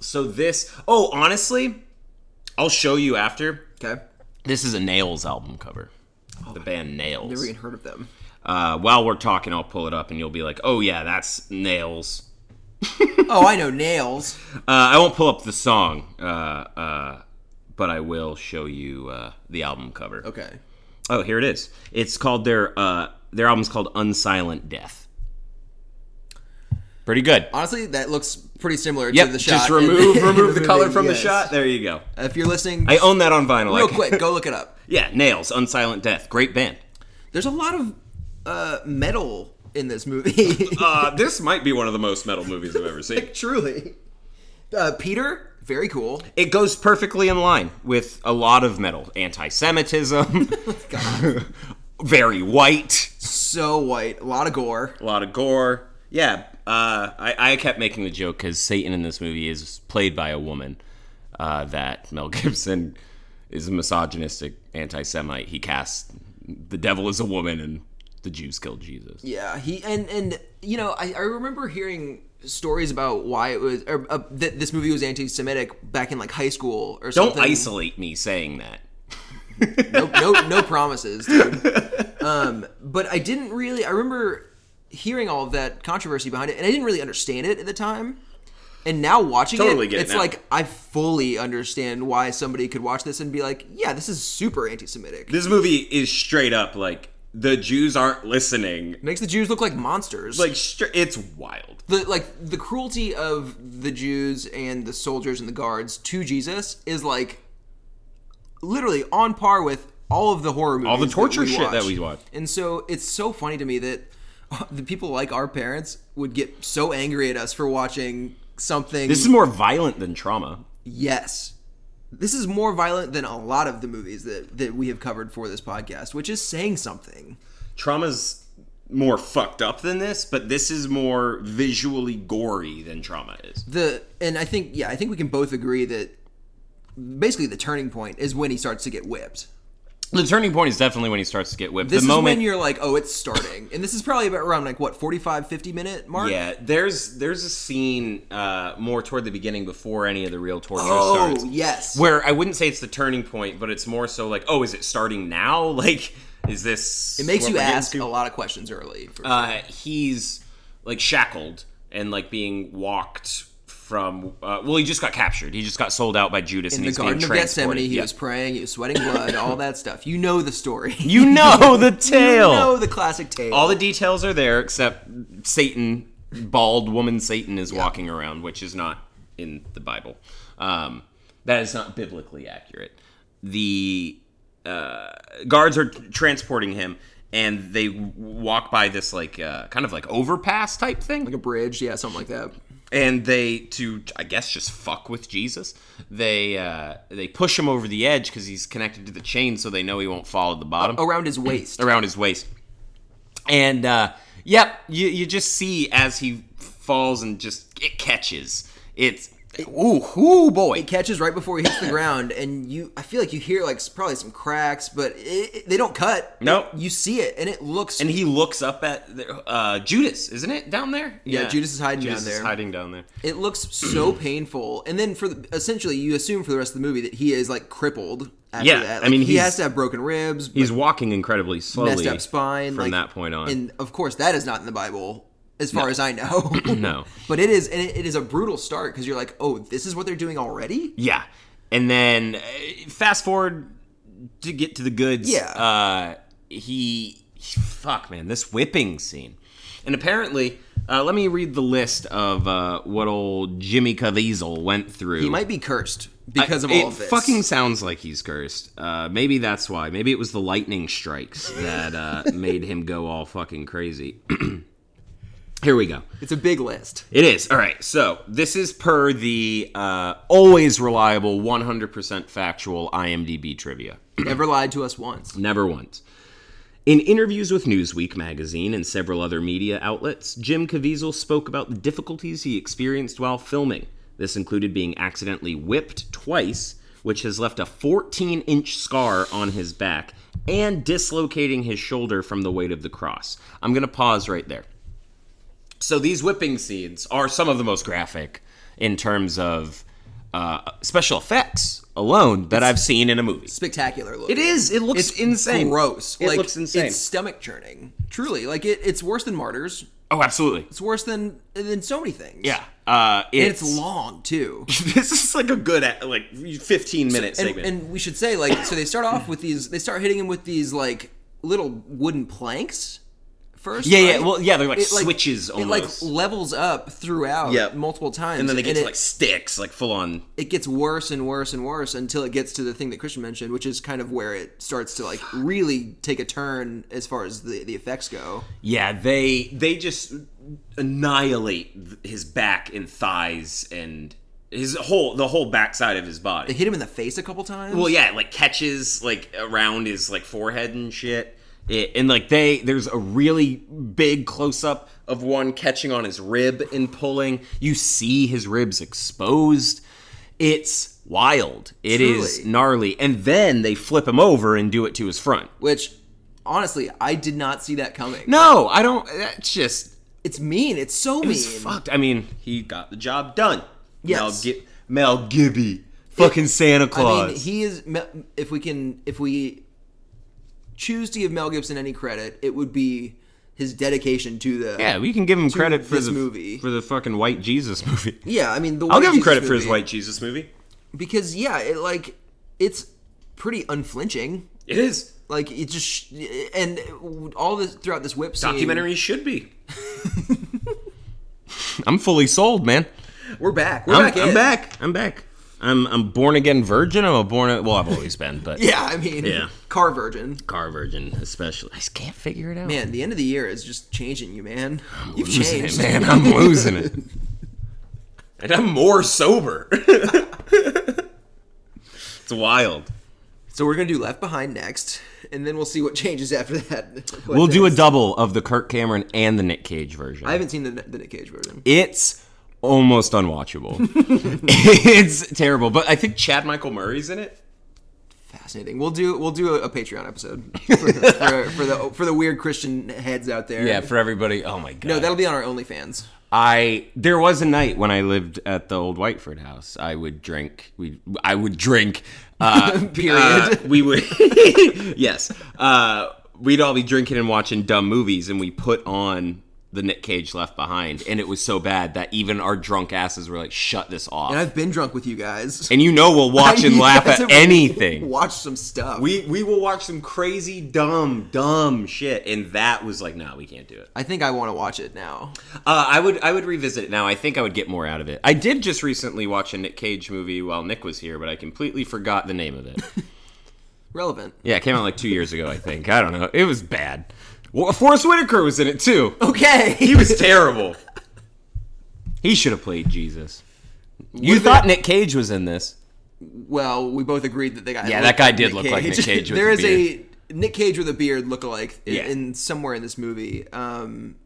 Speaker 3: So this, oh, honestly, I'll show you after.
Speaker 1: Okay,
Speaker 3: This is a Nails album cover. the band
Speaker 1: never
Speaker 3: Nails.
Speaker 1: even heard of them.
Speaker 3: Uh, while we're talking, I'll pull it up and you'll be like, oh, yeah, that's Nails.
Speaker 1: Oh, I know nails.
Speaker 3: Uh, I won't pull up the song, uh, uh, but I will show you uh, the album cover.
Speaker 1: Okay,
Speaker 3: Oh, here it is. It's called their, uh, their album's called Unsilent Death. Pretty good.
Speaker 1: honestly, that looks pretty similar
Speaker 3: Yep,
Speaker 1: to the shot.
Speaker 3: just
Speaker 1: in-
Speaker 3: remove
Speaker 1: in [LAUGHS]
Speaker 3: remove the color
Speaker 1: movie,
Speaker 3: from
Speaker 1: yes.
Speaker 3: the shot. There you go.
Speaker 1: If you're listening,
Speaker 3: I own that on vinyl. [LAUGHS]
Speaker 1: real
Speaker 3: I can-
Speaker 1: quick, go look it up.
Speaker 3: Yeah, Nails, Unsilent Death, great band.
Speaker 1: There's a lot of uh, metal in this movie.
Speaker 3: [LAUGHS] Uh, this might be one of the most metal movies I've ever seen.
Speaker 1: [LAUGHS] Truly, uh, Peter, very cool.
Speaker 3: It goes perfectly in line with a lot of metal, [LAUGHS] anti-Semitism, very white,
Speaker 1: So white, a lot of gore.
Speaker 3: a lot of gore. Yeah, uh, I, I kept making the joke because Satan in this movie is played by a woman. Uh, that Mel [LAUGHS] Gibson is a misogynistic anti-Semite. He cast the devil as a woman, and the Jews killed Jesus.
Speaker 1: Yeah, he and and you know I, I remember hearing stories about why it was or, uh, that this movie was anti-Semitic back in like high school or
Speaker 3: Don't
Speaker 1: something.
Speaker 3: isolate me saying that.
Speaker 1: no, no, no promises, dude. Um, but I didn't really. I remember hearing all of that controversy behind it, and I didn't really understand it at the time. And now watching
Speaker 3: Totally
Speaker 1: it,
Speaker 3: get it
Speaker 1: it's
Speaker 3: now.
Speaker 1: like I fully understand why somebody could watch this and be like, "Yeah, this is super anti-Semitic."
Speaker 3: This movie is straight up like the Jews aren't listening.
Speaker 1: Makes the Jews look like monsters.
Speaker 3: Like str- it's wild.
Speaker 1: the like the cruelty of the Jews and the soldiers and the guards to Jesus is like literally on par with all of the horror movies,
Speaker 3: All the torture
Speaker 1: that we
Speaker 3: shit
Speaker 1: watch.
Speaker 3: that we watch.
Speaker 1: And so it's so funny to me that [LAUGHS] uh, the people like our parents would get so angry at us for watching something.
Speaker 3: This is more violent than trauma.
Speaker 1: yes. This is more violent than a lot of the movies that, that we have covered for this podcast, which is saying something.
Speaker 3: Trauma's more fucked up than this, but this is more visually gory than trauma is.
Speaker 1: the and I think yeah, I think we can both agree that basically the turning point is when he starts to get whipped.
Speaker 3: The turning point is definitely when he starts to get whipped.
Speaker 1: This
Speaker 3: the
Speaker 1: is
Speaker 3: moment
Speaker 1: when you're like, oh, it's starting. And this is probably about around like what 45 50 minute mark.
Speaker 3: yeah, there's there's a scene uh, more toward the beginning before any of the real torture
Speaker 1: Oh,
Speaker 3: starts.
Speaker 1: yes.
Speaker 3: Where I wouldn't say it's the turning point, but it's more so like, oh, is it starting now? [LAUGHS] Like, is this?
Speaker 1: it makes
Speaker 3: what
Speaker 1: you
Speaker 3: we're getting
Speaker 1: ask
Speaker 3: to?
Speaker 1: a lot of questions early. For,
Speaker 3: uh, he's like shackled and like being walked from. Uh, well, he just got captured. He just got sold out by Judas,
Speaker 1: in
Speaker 3: and
Speaker 1: the
Speaker 3: he's
Speaker 1: Garden
Speaker 3: being
Speaker 1: of Gethsemane,
Speaker 3: transported.
Speaker 1: he [LAUGHS]
Speaker 3: Yeah.
Speaker 1: was praying, he was sweating blood, all that stuff. You know the story.
Speaker 3: You know the tale.
Speaker 1: [LAUGHS] You know the classic tale.
Speaker 3: All the details are there except Satan, bald woman Satan, is walking around, which is not in the Bible. Um, that is not biblically accurate. The uh, guards are transporting him, and they w- walk by this like uh, kind of like overpass type thing.
Speaker 1: like a bridge, yeah, something like that.
Speaker 3: and they to I guess just fuck with Jesus. They uh, they push him over the edge because he's connected to the chain, so they know he won't fall at the bottom
Speaker 1: around his waist.
Speaker 3: around his waist. And uh, yep, you you just see as he falls and just it catches. It's ooh, ooh boy.
Speaker 1: It catches right before he hits the ground, and you. I feel like you hear like s- probably some cracks, but it, it- they don't cut.
Speaker 3: Nope.
Speaker 1: you see it, and it looks.
Speaker 3: and he looks up at the- uh, Judas, isn't it down there?
Speaker 1: Yeah, Judas is hiding
Speaker 3: Judas
Speaker 1: down
Speaker 3: is
Speaker 1: there.
Speaker 3: hiding down there.
Speaker 1: it looks so
Speaker 3: [CLEARS THROAT]
Speaker 1: painful, and then for the, essentially you assume for the rest of the movie that he is like crippled. After
Speaker 3: Yeah,
Speaker 1: that.
Speaker 3: I mean,
Speaker 1: Like, he
Speaker 3: he's-
Speaker 1: has to have broken ribs,
Speaker 2: He's walking incredibly slowly
Speaker 1: messed up spine
Speaker 2: from
Speaker 1: like-
Speaker 2: that point on.
Speaker 1: And of course, that is not in the Bible, as far as I know.
Speaker 3: [CLEARS THROAT]
Speaker 2: no.
Speaker 1: [LAUGHS] but it is, and it, it is a brutal start because you're like, oh, this is what they're doing already.
Speaker 3: Yeah, and then uh, fast forward to get to the goods.
Speaker 1: Yeah.
Speaker 3: uh, he, fuck man, this whipping scene, and apparently, uh, let me read the list of uh, what old Jimmy Caviezel went through.
Speaker 1: He might be cursed because of
Speaker 3: I-
Speaker 1: all of this.
Speaker 3: Fucking sounds like he's cursed. Uh, maybe that's why. Maybe it was the lightning strikes that uh, [LAUGHS] made him go all fucking crazy. [CLEARS THROAT] Here we go.
Speaker 1: it's a big list.
Speaker 3: It is. All right. So this is per the uh, always reliable, 100% factual IMDb trivia.
Speaker 1: Never lied to us once.
Speaker 3: Never once. In interviews with Newsweek magazine and several other media outlets, Jim Caviezel spoke about the difficulties he experienced while filming. This included being accidentally whipped twice, which has left a 14 inch scar on his back, and dislocating his shoulder from the weight of the cross. I'm going to pause right there. So these whipping scenes are some of the most graphic in terms of uh, special effects alone that I've seen in a movie.
Speaker 1: Spectacular look.
Speaker 3: It is. It looks insane.
Speaker 1: Gross.
Speaker 3: It
Speaker 1: like,
Speaker 3: looks insane.
Speaker 1: It's stomach churning. Truly, like it, it's worse than martyrs.
Speaker 3: oh, absolutely.
Speaker 1: It's worse than than so many things.
Speaker 3: Yeah. Uh,
Speaker 1: And
Speaker 3: it's,
Speaker 1: it's long too.
Speaker 3: [LAUGHS] This is like a good at, like fifteen minute
Speaker 1: and,
Speaker 3: segment.
Speaker 1: and we should say like so they start off with these they start hitting him with these like little wooden planks first
Speaker 3: Yeah, yeah,
Speaker 1: right?
Speaker 3: well, yeah, they're like switches almost.
Speaker 1: it like levels up throughout
Speaker 3: Yeah.
Speaker 1: multiple times
Speaker 3: and then they get to
Speaker 1: it,
Speaker 3: like sticks, like full on.
Speaker 1: it gets worse and worse and worse until it gets to the thing that christian mentioned which is kind of where it starts to like really take a turn as far as the, the effects go
Speaker 3: Yeah, they they just annihilate th- his back and thighs and his whole the whole backside of his body.
Speaker 1: they hit him in the face a couple times
Speaker 3: Well, yeah, it, like catches like around his like forehead and shit. It, and like they, there's a really big close up of one catching on his rib and pulling. You see his ribs exposed. It's wild. It is
Speaker 1: Truly.
Speaker 3: gnarly. And then they flip him over and do it to his front.
Speaker 1: which honestly i did not see that coming
Speaker 3: No, I don't. That's just
Speaker 1: it's mean it's so mean
Speaker 3: it's fucked. I mean, he got the job done.
Speaker 1: Yes.
Speaker 3: Mel, Gi- Mel Gibby, fucking Santa Claus.
Speaker 1: I mean, he is. If we can, if we choose to give Mel Gibson any credit, it would be his dedication to the.
Speaker 2: yeah, we can give him credit for
Speaker 1: this
Speaker 2: the
Speaker 1: movie.
Speaker 2: for the fucking white
Speaker 3: [LAUGHS]
Speaker 2: Jesus movie.
Speaker 1: Yeah, I mean, the
Speaker 3: I'll
Speaker 1: White
Speaker 3: give him
Speaker 1: Jesus
Speaker 3: credit for his
Speaker 1: movie,
Speaker 3: White Jesus movie.
Speaker 1: because yeah, it like it's pretty unflinching.
Speaker 3: It is.
Speaker 1: Like it just and all this throughout this whip scene.
Speaker 3: Documentaries should be.
Speaker 2: [LAUGHS] I'm fully sold, man.
Speaker 1: We're back. We're
Speaker 2: I'm,
Speaker 1: back.
Speaker 2: I'm
Speaker 1: in.
Speaker 2: back. I'm back. I'm I'm born again virgin. I'm a born. Well, I've always been,
Speaker 3: [LAUGHS]
Speaker 2: but
Speaker 1: Yeah, I mean,
Speaker 2: Yeah.
Speaker 1: car virgin.
Speaker 2: car virgin especially. I just can't figure it out.
Speaker 1: Man, the end of the year is just changing you, man. You've
Speaker 2: losing
Speaker 1: changed.
Speaker 2: it, man. I'm losing
Speaker 3: [LAUGHS]
Speaker 2: it.
Speaker 3: And I'm more sober. [LAUGHS] it's wild.
Speaker 1: So we're gonna do Left Behind next, and then we'll see what changes after that. [LAUGHS]
Speaker 2: We'll do a double of the Kirk Cameron and the Nick Cage version.
Speaker 1: I haven't seen the, the Nick Cage version.
Speaker 2: it's almost unwatchable. [LAUGHS]
Speaker 3: it's terrible, but I think Chad Michael Murray's in it.
Speaker 1: Fascinating. We'll do we'll do a, a Patreon
Speaker 3: [LAUGHS]
Speaker 1: episode for, for, for the for the weird Christian heads out there.
Speaker 2: yeah, for everybody. Oh my god.
Speaker 1: No, that'll be on our OnlyFans.
Speaker 2: I there was a night when I lived at the old Whiteford house. I would drink. We I would drink.
Speaker 1: [LAUGHS]
Speaker 2: Uh,
Speaker 1: Period.
Speaker 2: uh, we would. [LAUGHS] yes. Uh, we'd all be drinking and watching dumb movies, and we put on the Nick Cage Left Behind, and it was so bad that even our drunk asses were like, "Shut this off."
Speaker 1: and
Speaker 2: And,
Speaker 1: I've been drunk with you guys.
Speaker 2: you know we'll watch
Speaker 1: [LAUGHS]
Speaker 2: and laugh at anything.
Speaker 1: Watch some stuff.
Speaker 3: We we will watch some crazy, dumb, dumb shit, and that was like, nah, we can't do it.
Speaker 1: I think I want to watch it now.
Speaker 3: Uh, I would I would revisit it now. I think I would get more out of it. I did just recently watch a Nick Cage movie while Nick was here, but I completely forgot the name
Speaker 1: [LAUGHS]
Speaker 3: of it.
Speaker 1: Relevant.
Speaker 2: Yeah, it came out like two years ago, I think. I don't know. It was bad. Well, Forrest Whitaker was in it too.
Speaker 1: Okay.
Speaker 3: He was terrible. He should have played Jesus. You thought Nick Cage was in this.
Speaker 1: Well, we both agreed that they got
Speaker 3: Yeah, that guy did look like
Speaker 1: [LAUGHS]
Speaker 3: Nick Cage with
Speaker 1: there
Speaker 3: a
Speaker 1: is a Nick Cage with a beard lookalike in,
Speaker 3: Yeah.
Speaker 1: in somewhere in this movie. Um,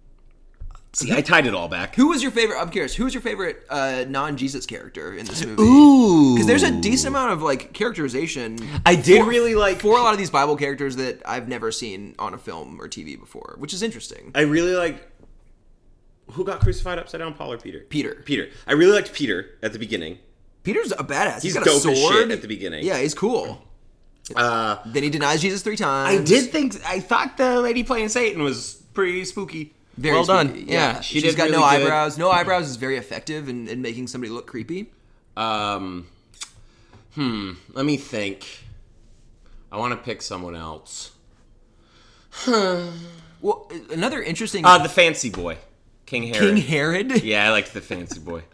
Speaker 3: See, I tied it all back.
Speaker 1: who was your favorite? I'm curious. Who was your favorite uh, non-Jesus character in this movie?
Speaker 3: Ooh,
Speaker 1: Because there's a decent amount of like characterization.
Speaker 3: I did
Speaker 1: for-
Speaker 3: really like.
Speaker 1: for a lot of these Bible characters that I've never seen on a film or TV before, which is interesting.
Speaker 2: I really like who got crucified upside down, Paul or Peter?
Speaker 1: Peter.
Speaker 2: Peter. I really liked Peter at the beginning.
Speaker 1: Peter's a badass.
Speaker 2: He's
Speaker 1: got a
Speaker 2: dope
Speaker 1: sword
Speaker 2: as shit at the beginning.
Speaker 1: Yeah, he's cool.
Speaker 2: Uh,
Speaker 1: Then he denies Jesus three
Speaker 3: I
Speaker 1: times.
Speaker 3: did think I thought the lady playing Satan was pretty spooky.
Speaker 1: Very
Speaker 3: well
Speaker 1: spooky.
Speaker 3: done.
Speaker 1: Yeah, she
Speaker 3: she
Speaker 1: has
Speaker 3: did
Speaker 1: got no
Speaker 3: really good.
Speaker 1: eyebrows. No eyebrows is very effective in, in making somebody look creepy.
Speaker 3: Um, hmm. Let me think. I want to pick someone else.
Speaker 1: Well, another interesting
Speaker 3: Uh, the fancy boy, King Herod.
Speaker 1: King Herod.
Speaker 3: Yeah, I liked the fancy boy.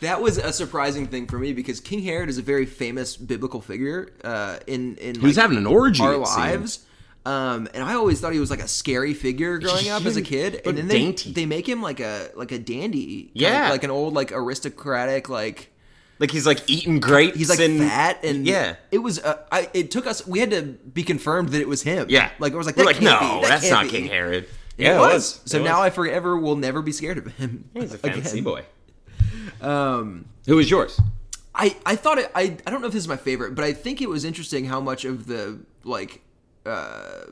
Speaker 1: That was a surprising thing for me because King Herod is a very famous biblical figure uh, in in like,
Speaker 3: He's having an orgy.
Speaker 1: our
Speaker 3: it seems.
Speaker 1: lives. Um, and I always thought he was like a scary figure growing up as a kid,
Speaker 3: But
Speaker 1: and then they
Speaker 3: dainty.
Speaker 1: they make him like a like a dandy, kinda
Speaker 3: Yeah.
Speaker 1: like an old like aristocratic like
Speaker 3: Like he's like eating grapes.
Speaker 1: he's like
Speaker 3: and,
Speaker 1: fat and
Speaker 3: yeah.
Speaker 1: it was uh, I it took us we had to be confirmed that it was him
Speaker 3: Yeah.
Speaker 1: like I was like that
Speaker 3: We're like,
Speaker 1: can't
Speaker 3: no,
Speaker 1: be, that
Speaker 3: that's
Speaker 1: can't
Speaker 3: not
Speaker 1: be."
Speaker 3: King Herod.
Speaker 1: It was. so now I forever will never be scared of him
Speaker 3: [LAUGHS] He's a fancy
Speaker 1: again.
Speaker 3: boy.
Speaker 1: um
Speaker 3: Who is yours?
Speaker 1: I, I thought it I, I don't know if this is my favorite, but I think it was interesting how much of the like uh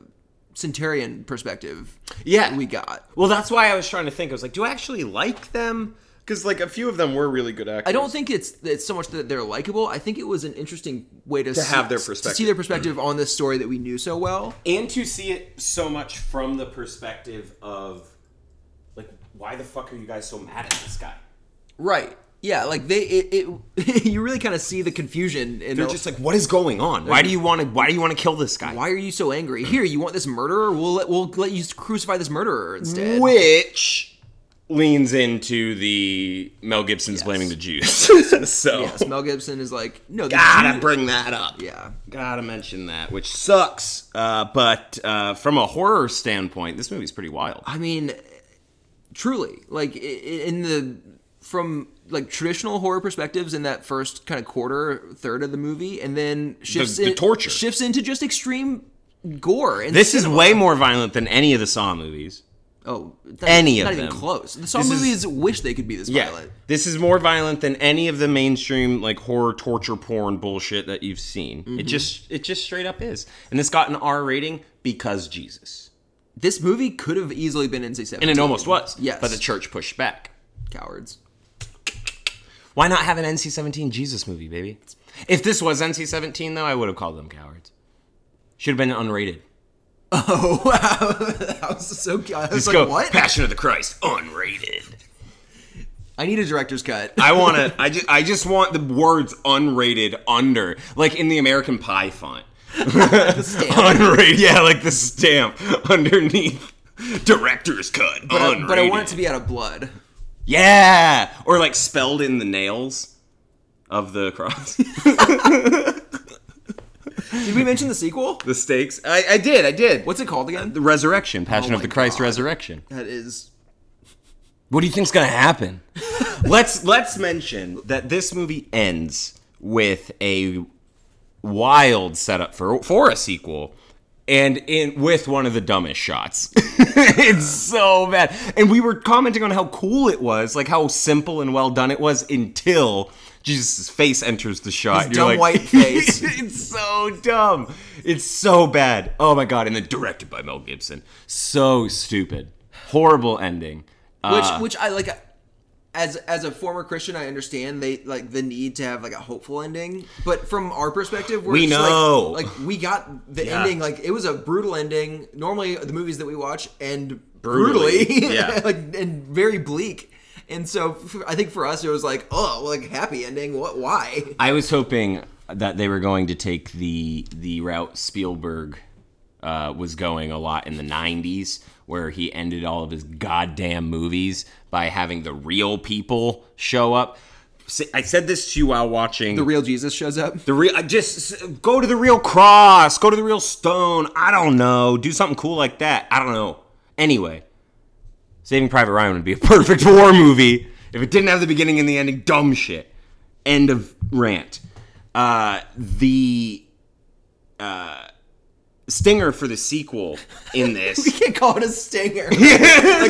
Speaker 1: centurion perspective
Speaker 3: Yeah.
Speaker 1: we got.
Speaker 3: Well, that's why I was trying to think. I was like, do I
Speaker 2: actually like them because like a few of them were really good actors.
Speaker 1: I don't think it's it's so much that they're likable. I think it was an interesting way to, see,
Speaker 2: have their
Speaker 1: to see
Speaker 2: perspective.
Speaker 1: their perspective Mm-hmm. on this story that we knew so well.
Speaker 2: and to see it so much from the perspective of like why the fuck are you guys so mad at this guy?
Speaker 1: Right. Yeah, like they it, it [LAUGHS] you really kind of see the confusion in
Speaker 2: They're
Speaker 1: the-
Speaker 2: just like, what is going on? Why do you want to? Why do you want to kill this guy?
Speaker 1: why are you so angry? Here, you want this murderer? We'll let we'll let you crucify this murderer instead.
Speaker 3: Which leans into the Mel Gibson's blaming the Jews.
Speaker 2: [LAUGHS]
Speaker 3: so
Speaker 1: Yes, Mel Gibson is like, no, the
Speaker 3: gotta
Speaker 1: Jews-
Speaker 3: bring that up.
Speaker 1: yeah.
Speaker 3: Gotta mention that, which sucks. Uh, but uh, from a horror standpoint, this movie's pretty wild.
Speaker 1: I mean, truly, like i- i- in the from like traditional horror perspectives in that first kind of quarter third of the movie, and then shifts
Speaker 3: the
Speaker 1: in-
Speaker 3: torture.
Speaker 1: shifts into just extreme gore. And
Speaker 3: This is way more violent than any of the Saw movies.
Speaker 1: oh, that's
Speaker 3: any of
Speaker 1: not even
Speaker 3: them.
Speaker 1: close. The Saw
Speaker 3: This is-
Speaker 1: movies wish they could be this violent.
Speaker 3: This is more violent than any of the mainstream like horror torture porn bullshit that you've seen. It just it just straight up is. And it's got an R rating because Jesus.
Speaker 1: This movie could have easily been NC seventeen,
Speaker 3: And it almost was.
Speaker 1: Yes.
Speaker 3: But the church pushed back. [LAUGHS]
Speaker 1: cowards.
Speaker 3: Why not have an NC 17 Jesus movie, baby? If this was NC 17, though, I would have called them cowards. Should have been unrated.
Speaker 1: Oh
Speaker 3: [LAUGHS]
Speaker 1: wow, that was so. I was
Speaker 3: Let's
Speaker 1: like,
Speaker 3: go.
Speaker 1: what?
Speaker 3: Passion of the Christ, unrated.
Speaker 1: I need a director's cut.
Speaker 3: [LAUGHS] I want to. I just. I just want the words unrated under, like in the American Pie font. [LAUGHS] unrated. Yeah, like the stamp underneath. Director's cut.
Speaker 1: but, I,
Speaker 3: unrated.
Speaker 1: but I want it to be out of blood.
Speaker 3: Yeah, or like spelled in the nails of the cross. [LAUGHS]
Speaker 1: Did we mention the sequel?
Speaker 3: the stakes. I, I did. I did.
Speaker 1: What's it called again?
Speaker 3: the resurrection? Passion
Speaker 1: Oh
Speaker 3: of the
Speaker 1: my
Speaker 3: Christ.
Speaker 1: God.
Speaker 3: Resurrection.
Speaker 1: That is
Speaker 3: What do you think's gonna happen? [LAUGHS] let's let's mention that this movie ends with a wild setup for for a sequel, and in with one of the dumbest shots. [LAUGHS] it's so bad, and we were commenting on how cool it was, like how simple and well done it was until. Jesus' face enters the shot.
Speaker 1: dumb
Speaker 3: [LAUGHS]
Speaker 1: white face.
Speaker 3: it's so dumb. It's so bad. Oh my god! And then directed by Mel Gibson. So stupid. Horrible ending.
Speaker 1: which
Speaker 3: Uh,
Speaker 1: which I like as as a former Christian I understand they like the need to have like a hopeful ending but from our perspective we're
Speaker 3: We
Speaker 1: just, like-
Speaker 3: know.
Speaker 1: like, we got the
Speaker 3: Yeah.
Speaker 1: ending like it was a brutal ending normally the movies that we watch end brutally, [LAUGHS]
Speaker 3: Brutally, yeah.
Speaker 1: like and very bleak and so f- I think for us it was like oh like happy ending what why
Speaker 3: I was hoping that they were going to take the the route Spielberg uh, was going a lot in the '90s, where he ended all of his goddamn movies by having the real people show up. S- I said this to you while watching
Speaker 1: the real Jesus shows [LAUGHS] up
Speaker 3: the real. I Just s- go to the real cross, go to the real stone. I don't know. Do something cool like [LAUGHS] that. I don't know. Anyway, Saving Private Ryan would be a perfect war movie. If it didn't have the beginning and the ending, dumb shit. End of rant. Uh, the uh, stinger for the sequel in
Speaker 1: We [LAUGHS]
Speaker 3: this,
Speaker 1: can't call it a
Speaker 3: [LAUGHS]
Speaker 1: stinger. like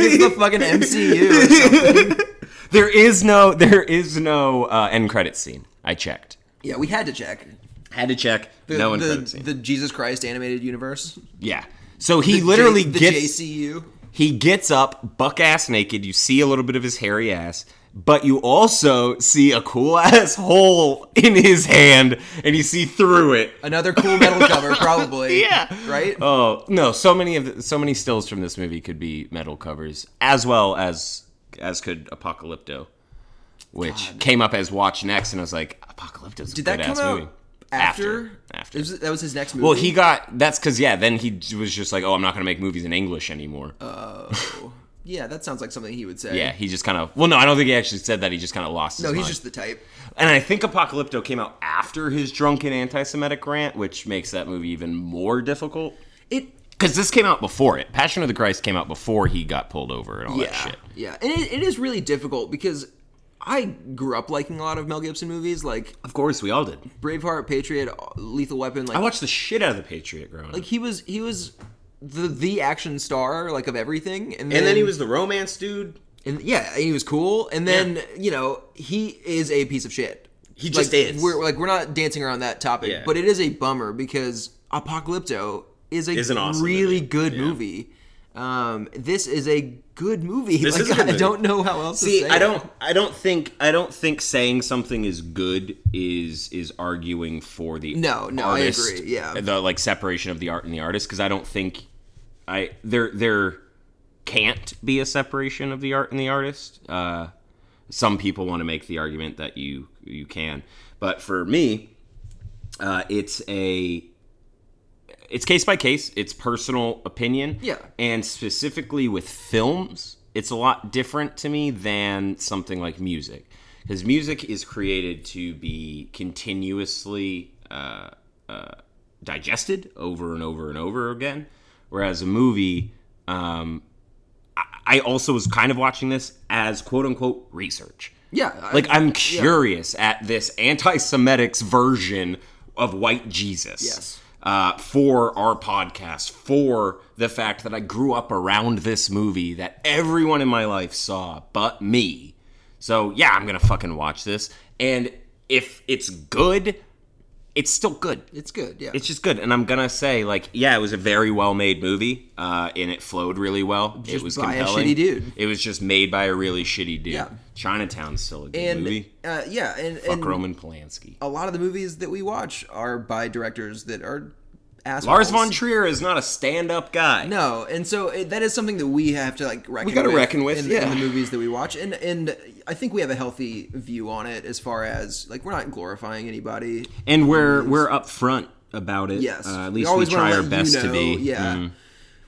Speaker 1: it's the fucking MCU. Or something.
Speaker 3: there is no there is no uh, end credit scene. I checked.
Speaker 1: Yeah, we had to check.
Speaker 3: Had to check.
Speaker 1: The,
Speaker 3: no end
Speaker 1: the,
Speaker 3: credit scene.
Speaker 1: the Jesus Christ animated universe.
Speaker 3: yeah. So he literally
Speaker 1: the,
Speaker 3: gets
Speaker 1: the JCU.
Speaker 3: He gets up, buck ass naked. You see a little bit of his hairy ass, but you also see a cool [LAUGHS] ass hole in his hand, and you see through it.
Speaker 1: Another cool metal cover, probably.
Speaker 3: [LAUGHS] Yeah.
Speaker 1: Right.
Speaker 3: Oh no! So many of the, so many stills from this movie could be metal covers, as well as as could Apocalypto, which came up as Watch Next, and I was like, Apocalypto's a
Speaker 1: Did that
Speaker 3: good
Speaker 1: come
Speaker 3: ass
Speaker 1: out
Speaker 3: movie.
Speaker 1: after?
Speaker 3: After.
Speaker 1: It was- that was his next movie.
Speaker 3: Well, he got that's because yeah. Then he was just like, oh, I'm not gonna make movies in English
Speaker 1: Oh.
Speaker 3: anymore.
Speaker 1: Yeah, that sounds like something he would say.
Speaker 3: Yeah, he just kind of. Well, no, I don't think he actually said that. He just kind of lost. His
Speaker 1: No, he's
Speaker 3: mind.
Speaker 1: just the type.
Speaker 3: And I think Apocalypto came out after his drunken anti-Semitic rant, which makes that movie even more difficult.
Speaker 1: It.
Speaker 3: Because this came out before it. Passion of the Christ came out before he got pulled over and all that
Speaker 1: Yeah.
Speaker 3: shit.
Speaker 1: Yeah, and it, it is really difficult because I grew up liking a lot of Mel Gibson movies, like
Speaker 3: Of course, we all did.
Speaker 1: Braveheart, Patriot, Lethal Weapon. Like
Speaker 3: I watched the shit out of the Patriot growing
Speaker 1: like
Speaker 3: up.
Speaker 1: he was he was the the action star like of everything and then,
Speaker 3: And then he was the romance dude.
Speaker 1: and yeah and he was cool and then you know he is a piece of shit
Speaker 3: He
Speaker 1: Like,
Speaker 3: just is.
Speaker 1: we're like we're not dancing around that topic
Speaker 3: Yeah.
Speaker 1: but it is a bummer because apocalypto is a
Speaker 3: Is an awesome
Speaker 1: really
Speaker 3: movie.
Speaker 1: good
Speaker 3: Yeah.
Speaker 1: movie um this is a good movie [LAUGHS]
Speaker 3: This
Speaker 1: like
Speaker 3: is a good
Speaker 1: i
Speaker 3: movie.
Speaker 1: don't know how else
Speaker 3: See,
Speaker 1: to say
Speaker 3: I
Speaker 1: it.
Speaker 3: don't, I don't think, I don't think saying something is good is is arguing for the
Speaker 1: No, no, I
Speaker 3: artist,
Speaker 1: agree, yeah.
Speaker 3: the like separation of the art and the artist because I don't think I there there can't be a separation of the art and the artist. Uh, some people want to make the argument that you you can, but for me, uh, it's a it's case by case. It's personal opinion.
Speaker 1: Yeah.
Speaker 3: And specifically with films, it's a lot different to me than something like music. Because music is created to be continuously uh, uh, digested over and over and over again. Whereas a movie, um, I, I also was kind of watching this as quote unquote research.
Speaker 1: yeah I-
Speaker 3: Like I'm curious at this anti-Semitic's version of white Jesus.
Speaker 1: Yes.
Speaker 3: Uh, for our podcast, for the fact that I grew up around this movie that everyone in my life saw but me. So yeah, I'm gonna fucking watch this. And if it's good, it's still good
Speaker 1: it's good yeah
Speaker 3: it's just good and i'm gonna say like yeah it was a very well made movie uh, and it flowed really well it was
Speaker 1: by a
Speaker 3: compelling
Speaker 1: shitty dude.
Speaker 3: it was just made by a really shitty dude
Speaker 1: Yeah.
Speaker 3: chinatown's still a good
Speaker 1: and
Speaker 3: movie
Speaker 1: uh yeah and
Speaker 3: fuck
Speaker 1: and
Speaker 3: roman polanski
Speaker 1: a lot of the movies that we watch are by directors that are assholes.
Speaker 3: lars von trier is not a stand-up guy
Speaker 1: No, and so it, that is something that we have to like reckon.
Speaker 3: gotta
Speaker 1: with
Speaker 3: reckon with,
Speaker 1: in,
Speaker 3: yeah.
Speaker 1: in the movies that we watch, and and I think we have a healthy view on it as far as like we're not glorifying anybody.
Speaker 3: and we're we're upfront about it
Speaker 1: Yes,
Speaker 3: uh, at
Speaker 1: We
Speaker 3: least we,
Speaker 1: always wanna
Speaker 3: try
Speaker 1: let
Speaker 3: our
Speaker 1: you
Speaker 3: best to
Speaker 1: know,
Speaker 3: be Mm. Mm-hmm.
Speaker 1: Yeah.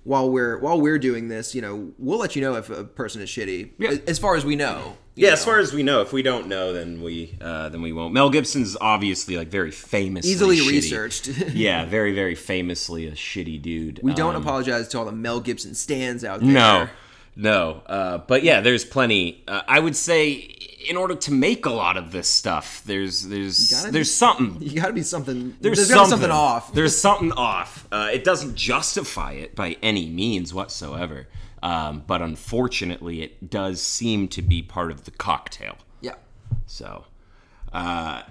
Speaker 1: While we're while we're doing this, you know, we'll let you know if a person is shitty.
Speaker 3: Yeah.
Speaker 1: As far as we know.
Speaker 3: Yeah, as far as we know, if we don't know, then we uh, then we won't. Mel Gibson's obviously like very famously
Speaker 1: Easily
Speaker 3: shitty.
Speaker 1: researched. [LAUGHS]
Speaker 3: yeah, very very famously a shitty dude.
Speaker 1: we don't apologize to all the Mel Gibson stands out there.
Speaker 3: No, no. Uh, but yeah, there's plenty. Uh, I would say in order to make a lot of this stuff, there's there's
Speaker 1: gotta
Speaker 3: there's
Speaker 1: be-
Speaker 3: something.
Speaker 1: You got to be something.
Speaker 3: There's,
Speaker 1: there's gotta
Speaker 3: something.
Speaker 1: be something off.
Speaker 3: There's something off. Uh, it doesn't justify it by any means whatsoever. Um, but unfortunately, it does seem to be part of the cocktail.
Speaker 1: yeah.
Speaker 3: So, uh,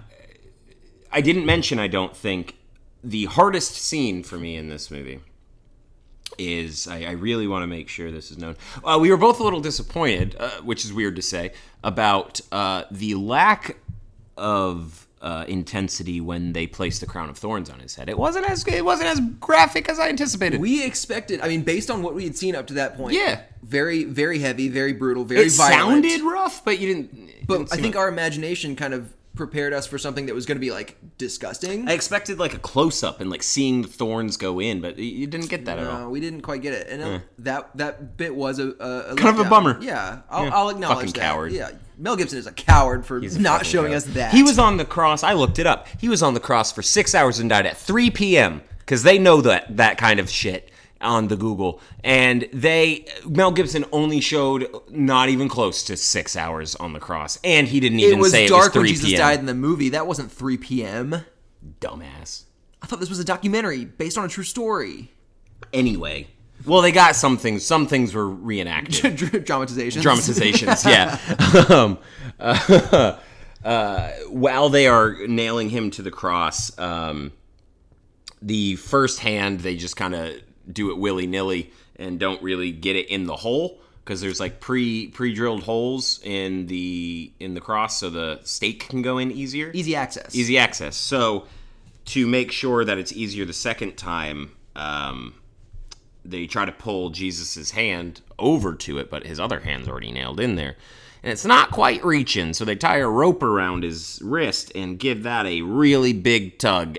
Speaker 3: I didn't mention, I don't think, the hardest scene for me in this movie is I, I really want to make sure this is known. Uh, we were both a little disappointed, uh, which is weird to say, about uh, the lack of. Uh, intensity when they placed the crown of thorns on his head. It wasn't as it wasn't as graphic as I anticipated.
Speaker 1: We expected. I mean, based on what we had seen up to that point.
Speaker 3: Yeah.
Speaker 1: Very, very heavy, very brutal, very
Speaker 3: it
Speaker 1: violent.
Speaker 3: sounded rough, but you didn't.
Speaker 1: But
Speaker 3: didn't
Speaker 1: I
Speaker 3: seem
Speaker 1: think our imagination kind of prepared us for something that was going to be like disgusting.
Speaker 3: I expected like a close up and like seeing the thorns go in, but you- you didn't get that at all.
Speaker 1: No, Uh, we didn't quite get it, and it- that that bit was a, a, a
Speaker 3: Kind of a
Speaker 1: letdown.
Speaker 3: bummer.
Speaker 1: Yeah, I'll,
Speaker 3: Yeah.
Speaker 1: I'll acknowledge
Speaker 3: Fucking
Speaker 1: that.
Speaker 3: coward.
Speaker 1: Yeah, Mel Gibson is a coward for
Speaker 3: He's a
Speaker 1: not
Speaker 3: fucking
Speaker 1: showing
Speaker 3: coward.
Speaker 1: us that.
Speaker 3: He was on the cross. I looked it up. He was on the cross for six hours and died at 3 p.m. because they know that that kind of shit. on the Google, and they Mel Gibson only showed not even close to six hours on the cross, and he didn't even
Speaker 1: it was
Speaker 3: say
Speaker 1: dark
Speaker 3: it was
Speaker 1: when
Speaker 3: three
Speaker 1: Jesus
Speaker 3: p.m.
Speaker 1: died in the movie. That wasn't 3 p.m.
Speaker 3: Dumbass.
Speaker 1: I thought this was a documentary based on a true story. [LAUGHS]
Speaker 3: Anyway, well, they got some things. Some things were reenacted.
Speaker 1: Dramatization.
Speaker 3: dramatizations. yeah. um, uh, uh, while they are nailing him to the cross, um, the first hand they just kind of do it willy nilly and don't really get it in the hole because there's like pre pre drilled holes in the in the cross, so the stake can go in easier
Speaker 1: Easy access.
Speaker 3: easy access. So to make sure that it's easier the second time, um, they try to pull Jesus's hand over to it, but his other hand's already nailed in there. And it's not quite reaching, so they tie a rope around his wrist and give that a really big tug,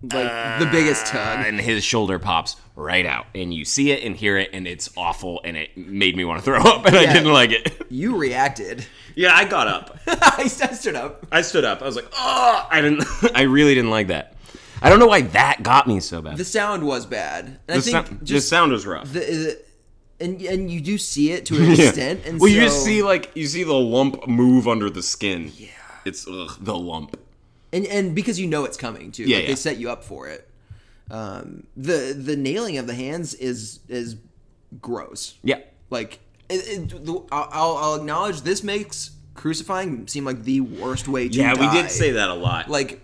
Speaker 1: Like the biggest tug.
Speaker 3: and his shoulder pops right out. And you see it and hear it, and it's awful, and it made me want to throw up, and I
Speaker 1: Yeah.
Speaker 3: didn't like it.
Speaker 1: You reacted. [LAUGHS]
Speaker 3: Yeah, I got up.
Speaker 1: I stood up.
Speaker 3: I stood up. I was like, oh, I didn't. [LAUGHS] I really didn't like that. I don't know why that got me so bad.
Speaker 1: The sound was bad. And I
Speaker 3: the,
Speaker 1: think
Speaker 3: sound,
Speaker 1: just
Speaker 3: the sound was rough.
Speaker 1: the, the- and and you do see it
Speaker 3: [LAUGHS]
Speaker 1: to an extent. And
Speaker 3: well,
Speaker 1: so,
Speaker 3: you just see like you see the lump move under the skin. Yeah, it's ugh, the lump.
Speaker 1: and and because you know it's coming too.
Speaker 3: Yeah,
Speaker 1: like,
Speaker 3: yeah.
Speaker 1: They set you up for it. Um, the the nailing of the hands is is gross.
Speaker 3: Yeah,
Speaker 1: Like it, it, the, I'll- I'll, I'll acknowledge this makes crucifying seem like the worst way to
Speaker 3: yeah,
Speaker 1: die.
Speaker 3: we did say that a lot.
Speaker 1: Like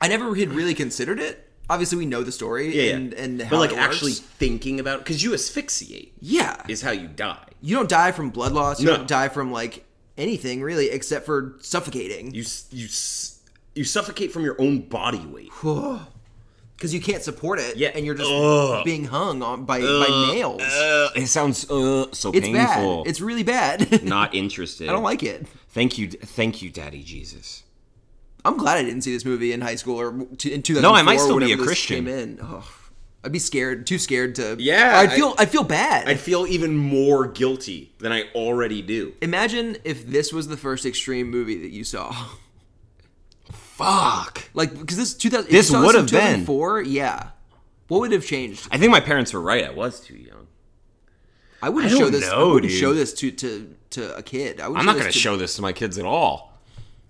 Speaker 1: I never had really considered it. Obviously, we know the story
Speaker 3: yeah,
Speaker 1: and and how
Speaker 3: but like
Speaker 1: it works.
Speaker 3: actually thinking about because you asphyxiate
Speaker 1: yeah,
Speaker 3: is how you die.
Speaker 1: you don't die from blood loss. You
Speaker 3: No.
Speaker 1: don't die from like anything really, except for suffocating.
Speaker 3: You s- you s- you suffocate from your own body weight.
Speaker 1: because you can't support it,
Speaker 3: Yeah.
Speaker 1: and you're just
Speaker 3: Ugh.
Speaker 1: being hung on by, by nails.
Speaker 3: Uh, it sounds uh, so
Speaker 1: it's
Speaker 3: painful.
Speaker 1: bad. It's really bad.
Speaker 3: [LAUGHS] not interested.
Speaker 1: I don't like it.
Speaker 3: Thank you, thank you, Daddy Jesus.
Speaker 1: I'm glad I didn't see this movie in high school or t- in 2004.
Speaker 3: No, I might still be
Speaker 1: whenever
Speaker 3: a
Speaker 1: this
Speaker 3: Christian.
Speaker 1: Came in. Ugh. I'd be scared, too scared to.
Speaker 3: Yeah,
Speaker 1: I'd
Speaker 3: I-
Speaker 1: feel. I'd feel bad.
Speaker 3: I feel even more guilty than I already do.
Speaker 1: Imagine if this was the first extreme movie that you saw. [LAUGHS]
Speaker 3: Fuck.
Speaker 1: Like, because this 2000. if
Speaker 3: This
Speaker 1: you saw
Speaker 3: would
Speaker 1: in
Speaker 3: have been.
Speaker 1: 2004, Yeah. What would have changed?
Speaker 3: I think my parents were right. I was too young.
Speaker 1: I wouldn't
Speaker 3: I
Speaker 1: show
Speaker 3: don't
Speaker 1: this. I
Speaker 3: know,
Speaker 1: wouldn't
Speaker 3: dude.
Speaker 1: show this to to to a kid. I
Speaker 3: I'm not going
Speaker 1: to
Speaker 3: to show this to my kids at all.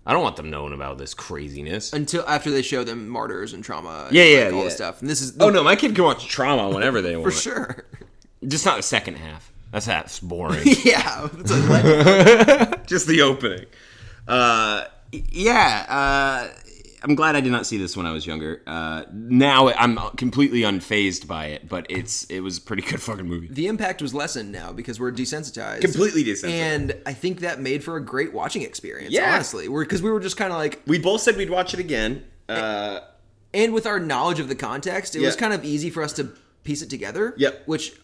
Speaker 3: I don't want them knowing about this craziness.
Speaker 1: until after they show them martyrs and trauma. And
Speaker 3: Yeah,
Speaker 1: like,
Speaker 3: yeah,
Speaker 1: all this
Speaker 3: yeah.
Speaker 1: stuff. And this is
Speaker 3: oh no, my kid can watch trauma whenever [LAUGHS] they
Speaker 1: [LAUGHS]
Speaker 3: want.
Speaker 1: for sure. [LAUGHS]
Speaker 3: Just not the second half. That's that's [LAUGHS] boring.
Speaker 1: yeah, it's like, what?
Speaker 3: Just the opening. Uh, y- yeah. Uh, I'm glad I did not see this when I was younger. Uh, now I'm completely unfazed by it, but it's it was a pretty good fucking movie.
Speaker 1: the impact was lessened now because we're desensitized.
Speaker 3: Completely desensitized.
Speaker 1: And I think that made for a great watching experience.
Speaker 3: Yeah.
Speaker 1: honestly, because we were just kind of like,
Speaker 3: We both said we'd watch it again. Uh,
Speaker 1: and with our knowledge of the context, it was
Speaker 3: Yeah.
Speaker 1: kind of easy for us to piece it together.
Speaker 3: Yep.
Speaker 1: which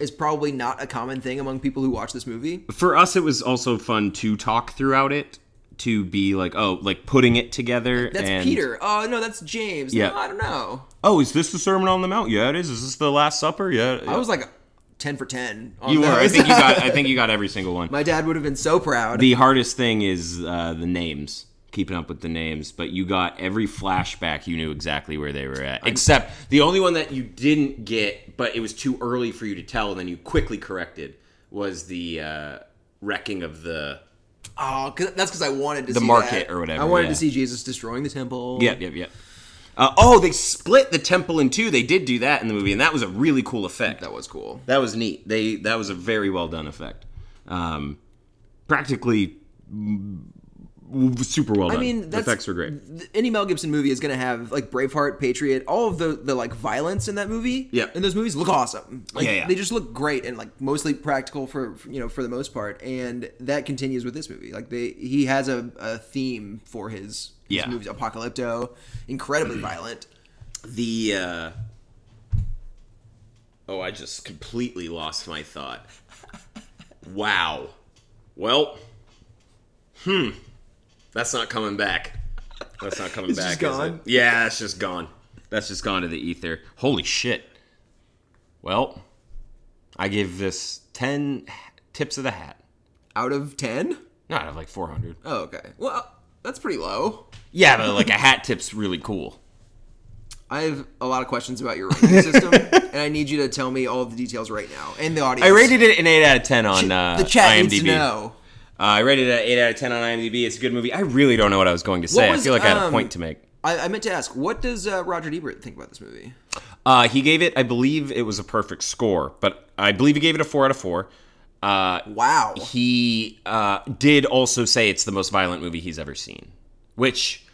Speaker 1: is probably not a common thing among people who watch this movie.
Speaker 3: for us it was also fun to talk throughout it to be like oh like putting it together
Speaker 1: That's
Speaker 3: and-
Speaker 1: Peter. Oh no, that's James.
Speaker 3: Yeah.
Speaker 1: No, I don't know.
Speaker 3: oh is this the sermon on the mount yeah it is is this the last supper yeah
Speaker 1: I was like ten for ten. On
Speaker 3: you were i
Speaker 1: those. [LAUGHS]
Speaker 3: think you got i think you got every single one
Speaker 1: My dad would have been so proud.
Speaker 3: the hardest thing is uh, the names keeping up with the names but you got every flashback you knew exactly where they were at except the only one that you didn't get but it was too early for you to tell and then you quickly corrected was the uh, wrecking of the
Speaker 1: oh, 'cause- that's because I wanted to
Speaker 3: The
Speaker 1: see
Speaker 3: market
Speaker 1: that.
Speaker 3: or whatever,
Speaker 1: I wanted
Speaker 3: yeah.
Speaker 1: to see Jesus destroying the temple.
Speaker 3: Yep, yep, yep. Uh, oh, they split the temple in two. They did do that in the movie, and that was a really cool effect.
Speaker 1: that was cool.
Speaker 3: That was neat. They that was a very well done effect. Um, practically mm, w- super well done.
Speaker 1: I mean,
Speaker 3: The
Speaker 1: that's,
Speaker 3: effects were great.
Speaker 1: th- Any Mel Gibson movie is going to have like Braveheart, Patriot, all of the the like violence in that movie.
Speaker 3: Yeah.
Speaker 1: and those movies look awesome. Like
Speaker 3: Yeah, yeah.
Speaker 1: they just look great and like mostly practical for for, you know for the most part. And that continues with this movie. Like they he has a, a theme for his, his
Speaker 3: Yeah.
Speaker 1: movies. Apocalypto,
Speaker 3: [CLEARS THROAT]
Speaker 1: incredibly violent.
Speaker 3: The uh, oh, I just completely lost my thought. Wow. Well, hmm. That's not coming back. That's not
Speaker 1: [LAUGHS]
Speaker 3: coming
Speaker 1: It's
Speaker 3: back.
Speaker 1: just
Speaker 3: is it?
Speaker 1: gone?
Speaker 3: Yeah, that's just gone. That's just gone to the ether. Holy shit. Well, I give this ten tips of the hat.
Speaker 1: Out of ten.
Speaker 3: No, out of like four hundred.
Speaker 1: Oh, okay. Well, that's pretty low.
Speaker 3: Yeah, but like a hat tip's really cool.
Speaker 1: I have a lot of questions about your
Speaker 3: [LAUGHS]
Speaker 1: rating system, and I need you to tell me all of the details right now and the audience.
Speaker 3: I rated it an eight out of ten on uh,
Speaker 1: the chat
Speaker 3: IMDb.
Speaker 1: needs to know.
Speaker 3: Uh, I rated it an eight out of ten on IMDb. It's a good movie. I really don't know what I was going to say.
Speaker 1: was,
Speaker 3: I feel like I had a
Speaker 1: um,
Speaker 3: point to make.
Speaker 1: I, I meant to ask, what does uh, Roger Ebert think about this movie?
Speaker 3: Uh, he gave it, I believe, it was a perfect score, but I believe he gave it a four out of four. Uh,
Speaker 1: Wow.
Speaker 3: he uh, did also say it's the most violent movie he's ever seen, which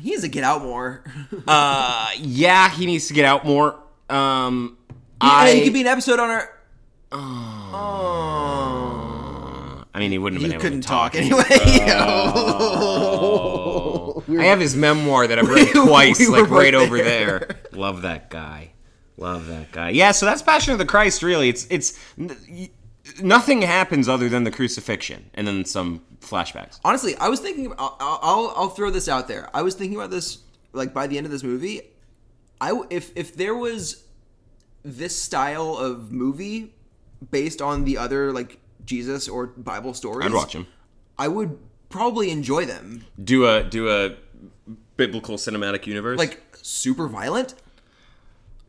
Speaker 1: He needs to get out more. [LAUGHS]
Speaker 3: uh, yeah, he needs to get out more. Um,
Speaker 1: I,
Speaker 3: I,
Speaker 1: he could be an episode on our.
Speaker 3: I mean, he wouldn't have
Speaker 1: Oh. You
Speaker 3: been able
Speaker 1: couldn't
Speaker 3: to talk.
Speaker 1: talk anyway. [LAUGHS]
Speaker 3: I have his memoir that I've read
Speaker 1: [LAUGHS]
Speaker 3: twice,
Speaker 1: we were
Speaker 3: like right
Speaker 1: both
Speaker 3: over there. Love that guy. Love that guy. Yeah, so that's Passion of the Christ. Really, it's it's n- y- nothing happens other than the crucifixion and then some flashbacks.
Speaker 1: Honestly, I was thinking. I'll, I'll I'll throw this out there. I was thinking about this like by the end of this movie. I w- if if there was this style of movie based on the other like Jesus or Bible stories,
Speaker 3: I'd watch him
Speaker 1: I would probably enjoy them.
Speaker 3: do a do a biblical cinematic universe,
Speaker 1: Like super violent.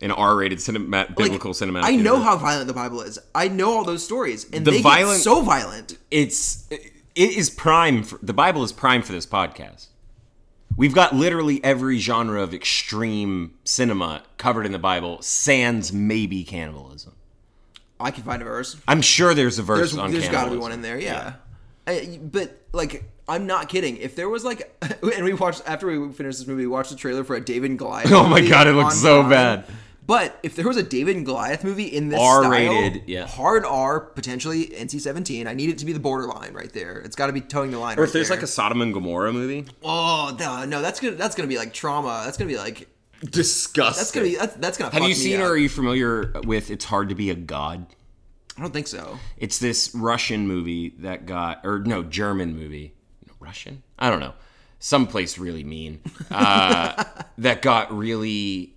Speaker 3: an R-rated cinema,
Speaker 1: Like,
Speaker 3: biblical cinematic.
Speaker 1: I know
Speaker 3: universe.
Speaker 1: how violent the Bible is. I know all those stories, and
Speaker 3: The
Speaker 1: they
Speaker 3: violent-
Speaker 1: get so violent.
Speaker 3: it's it is prime for, the bible is prime for this podcast we've got literally every genre of extreme cinema covered in the bible sans maybe cannibalism
Speaker 1: I can find a verse.
Speaker 3: i'm sure there's a verse
Speaker 1: There's,
Speaker 3: on
Speaker 1: there's got to be
Speaker 3: cannibalism.
Speaker 1: one in there, yeah. I- but like, I'm not kidding. If there was like, [LAUGHS] and we watched after we finished this movie, we watched the trailer for a David and Goliath.
Speaker 3: [LAUGHS] Oh my
Speaker 1: movie
Speaker 3: God, it looked
Speaker 1: on
Speaker 3: so
Speaker 1: Prime.
Speaker 3: bad.
Speaker 1: But if there was a David and Goliath movie in this
Speaker 3: R-rated,
Speaker 1: style,
Speaker 3: yeah.
Speaker 1: hard R, potentially NC-17. I need it to be the borderline right there. It's got to be towing the line.
Speaker 3: or if there's like a Sodom and Gomorrah movie,
Speaker 1: oh no, no, that's gonna that's gonna be like trauma. That's gonna be like
Speaker 3: disgusting.
Speaker 1: that's gonna be that's, that's gonna.
Speaker 3: Have
Speaker 1: fuck
Speaker 3: you
Speaker 1: me
Speaker 3: seen
Speaker 1: up.
Speaker 3: or are you familiar with "It's Hard to Be a God"?
Speaker 1: I don't think so.
Speaker 3: It's this Russian movie that got, or no, German movie. Russian? I don't know. Someplace really mean. Uh, that got really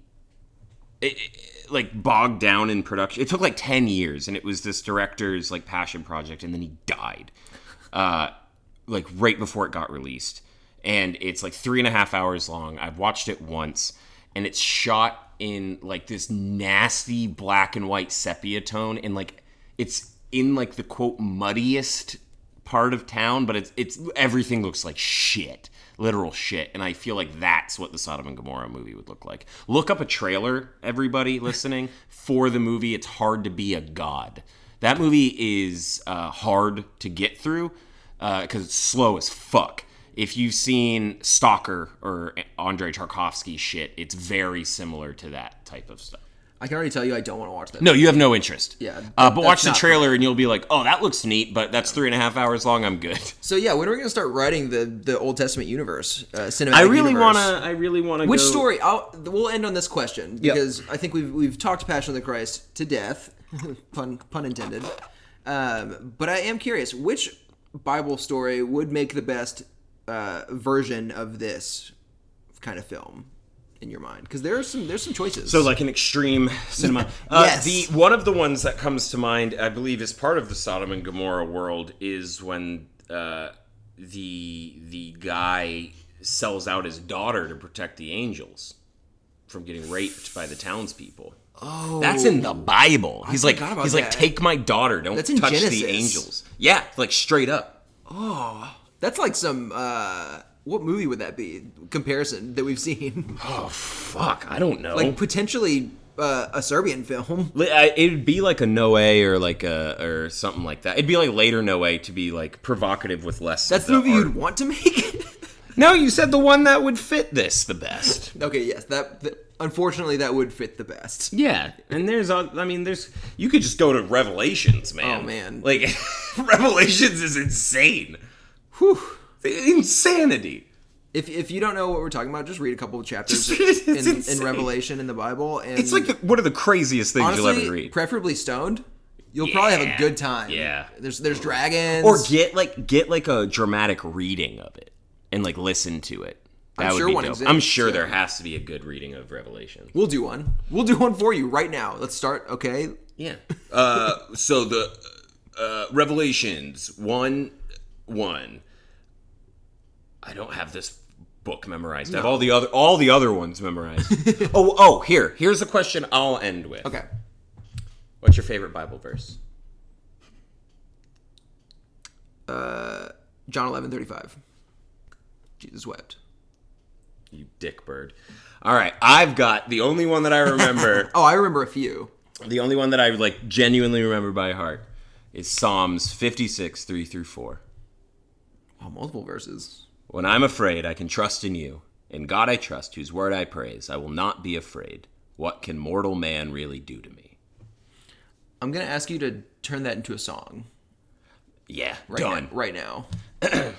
Speaker 3: it, it- like bogged down in production. It took like 10 years and it was this director's like passion project and then he died. Uh, like right before it got released. And it's like three and a half hours long. I've watched it once and it's shot in like this nasty black and white sepia tone and like it's in like the quote muddiest part of town, but it's it's everything looks like shit. Literal shit. And I feel like that's what the Sodom and Gomorrah movie would look like. Look up a trailer, everybody listening, for the movie It's Hard to Be a God. That movie is uh, hard to get through because Uh, it's slow as fuck. If you've seen Stalker or Andre Tarkovsky shit, it's very similar to that type of stuff.
Speaker 1: I can already tell you, I don't want to watch that.
Speaker 3: No, you have no interest.
Speaker 1: Yeah,
Speaker 3: Uh,
Speaker 1: that-
Speaker 3: but watch
Speaker 1: that's
Speaker 3: the
Speaker 1: not-
Speaker 3: trailer and you'll be like, oh, that looks neat, but that's three and a half hours long. I'm good.
Speaker 1: So yeah, when are we gonna start writing the the Old Testament universe? Uh, cinematic
Speaker 3: I really
Speaker 1: universe?
Speaker 3: want to. I really want to.
Speaker 1: Which story? I'll, we'll end on this question because I think we've we've talked Passion of the Christ to death, [LAUGHS] pun pun intended. Um, but I am curious, which Bible story would make the best uh, version of this kind of film in your mind? Because there are some there's some choices.
Speaker 3: So like an extreme cinema. Uh,
Speaker 1: Yes.
Speaker 3: The one of the ones that comes to mind, I believe, is part of the Sodom and Gomorrah world is when uh, the the guy sells out his daughter to protect the angels from getting raped by the townspeople. Oh, that's in the Bible. He's like,
Speaker 1: forgot about
Speaker 3: he's like,
Speaker 1: that.
Speaker 3: take my daughter. Don't
Speaker 1: That's in
Speaker 3: touch
Speaker 1: Genesis.
Speaker 3: the angels. Yeah, like straight up.
Speaker 1: that's like some uh, what movie would that be comparison that we've
Speaker 3: [LAUGHS]
Speaker 1: seen?
Speaker 3: Oh fuck, I don't know.
Speaker 1: like potentially uh, a Serbian film.
Speaker 3: Li- I- It'd be like a Noe or like a or something like that. It'd be like later Noe to be like provocative with less.
Speaker 1: That's
Speaker 3: of
Speaker 1: the movie
Speaker 3: art.
Speaker 1: you'd want to make. [LAUGHS]
Speaker 3: No, you said the one that would fit this the best.
Speaker 1: okay, yes, that, that unfortunately that would fit the best.
Speaker 3: yeah, and there's all- I mean there's you could just go to Revelations, man.
Speaker 1: Oh, man.
Speaker 3: like [LAUGHS] Revelations is insane. Whew, insanity.
Speaker 1: If, if you don't know what we're talking about, just read a couple of chapters
Speaker 3: [LAUGHS] It's
Speaker 1: in, in
Speaker 3: insane.
Speaker 1: Revelation in the Bible, and
Speaker 3: It's like the, one of the craziest things
Speaker 1: honestly,
Speaker 3: you'll ever read.
Speaker 1: preferably stoned. You'll probably have a
Speaker 3: Yeah,
Speaker 1: good time.
Speaker 3: yeah.
Speaker 1: there's there's dragons.
Speaker 3: or get like get like a dramatic reading of it and like listen to it. That
Speaker 1: sure
Speaker 3: would
Speaker 1: one
Speaker 3: be dope.
Speaker 1: exists,
Speaker 3: I'm sure
Speaker 1: yeah.
Speaker 3: there has to be a good reading of Revelation.
Speaker 1: we'll do one. We'll do one for you right now. Let's start. Okay,
Speaker 3: Yeah. Uh, so the uh, Revelations one one. I don't have this book memorized. I have all the other all the other ones memorized. oh, oh, here. Here's a question I'll end with.
Speaker 1: Okay.
Speaker 3: What's your favorite Bible verse?
Speaker 1: John eleven thirty five. Jesus wept.
Speaker 3: You dick bird. All right, I've got the only one that
Speaker 1: [LAUGHS]
Speaker 3: I remember,
Speaker 1: Oh, I remember a few.
Speaker 3: the only one that I like genuinely remember by heart is Psalms 56, 3 through 4.
Speaker 1: Oh, multiple verses.
Speaker 3: When I'm afraid, I can trust in you. In God I trust, whose word I praise. I will not be afraid. What can mortal man really do to me?
Speaker 1: I'm gonna ask you to turn that into a song.
Speaker 3: Yeah,
Speaker 1: right
Speaker 3: done.
Speaker 1: now, right now [CLEARS THROAT]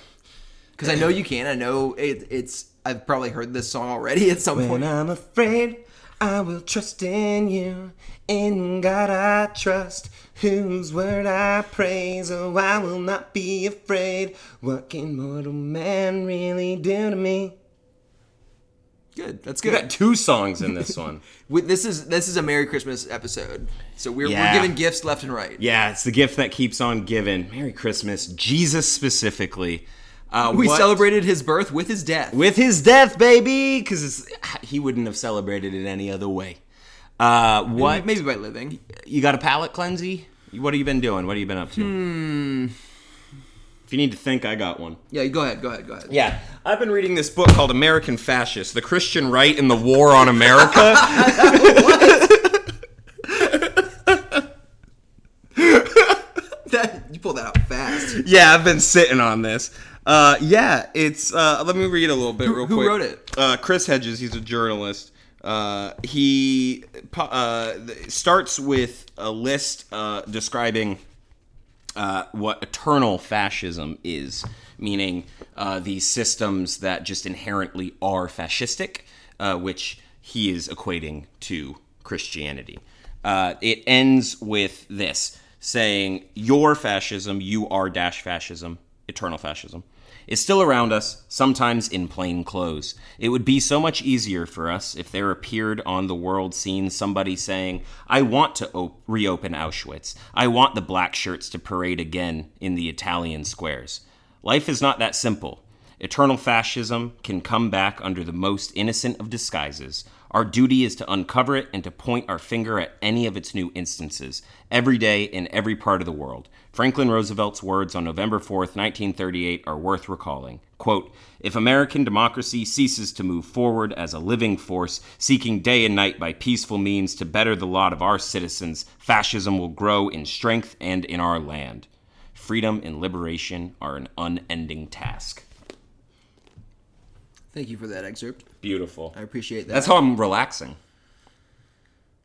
Speaker 1: because i know you can i know it, it's i've probably heard this song already at some point
Speaker 3: I'm afraid, I will trust in you. In God I trust, whose word I praise. Oh, I will not be afraid. What can mortal man really do to me?
Speaker 1: good that's
Speaker 3: We got
Speaker 1: good
Speaker 3: two songs in [LAUGHS] this one.
Speaker 1: we, this is this is a merry christmas episode so we're,
Speaker 3: Yeah.
Speaker 1: we're giving gifts left and right
Speaker 3: yeah, it's the gift that keeps on giving. Merry Christmas, Jesus specifically. [LAUGHS] Uh,
Speaker 1: we
Speaker 3: what-
Speaker 1: celebrated his birth with his death
Speaker 3: with his death, baby, because he wouldn't have celebrated it any other way. Uh, what?
Speaker 1: maybe by living
Speaker 3: you got a palate cleansey? What have you been doing? What have you been up to? Hmm. If you need to think, I got one.
Speaker 1: yeah go ahead go ahead go ahead
Speaker 3: Yeah, I've been reading this book called American Fascists: The Christian Right and the War on America.
Speaker 1: that, [LAUGHS] you pull that out fast
Speaker 3: [LAUGHS] yeah, I've been sitting on this. Uh, yeah, it's. Uh, let me read a little bit real
Speaker 1: who
Speaker 3: quick.
Speaker 1: wrote it?
Speaker 3: Uh, Chris Hedges. He's a journalist. Uh, he pu- uh, th- starts with a list uh, describing uh, what eternal fascism is, meaning uh, these systems that just inherently are fascistic, uh, which he is equating to Christianity. Uh, it ends with this saying, Your fascism, you are dash fascism, eternal fascism, is still around us, sometimes in plain clothes. It would be so much easier for us if there appeared on the world scene somebody saying, I want to op- reopen Auschwitz. I want the black shirts to parade again in the Italian squares. Life is not that simple. Eternal fascism can come back under the most innocent of disguises. Our duty is to uncover it and to point our finger at any of its new instances, every day in every part of the world. Franklin Roosevelt's words on November 4th, 1938, are worth recalling. Quote, if American democracy ceases to move forward as a living force, seeking day and night by peaceful means to better the lot of our citizens, fascism will grow in strength and in our land. Freedom and liberation are an unending task.
Speaker 1: thank you for that excerpt
Speaker 3: Beautiful.
Speaker 1: i appreciate that
Speaker 3: That's how I'm relaxing.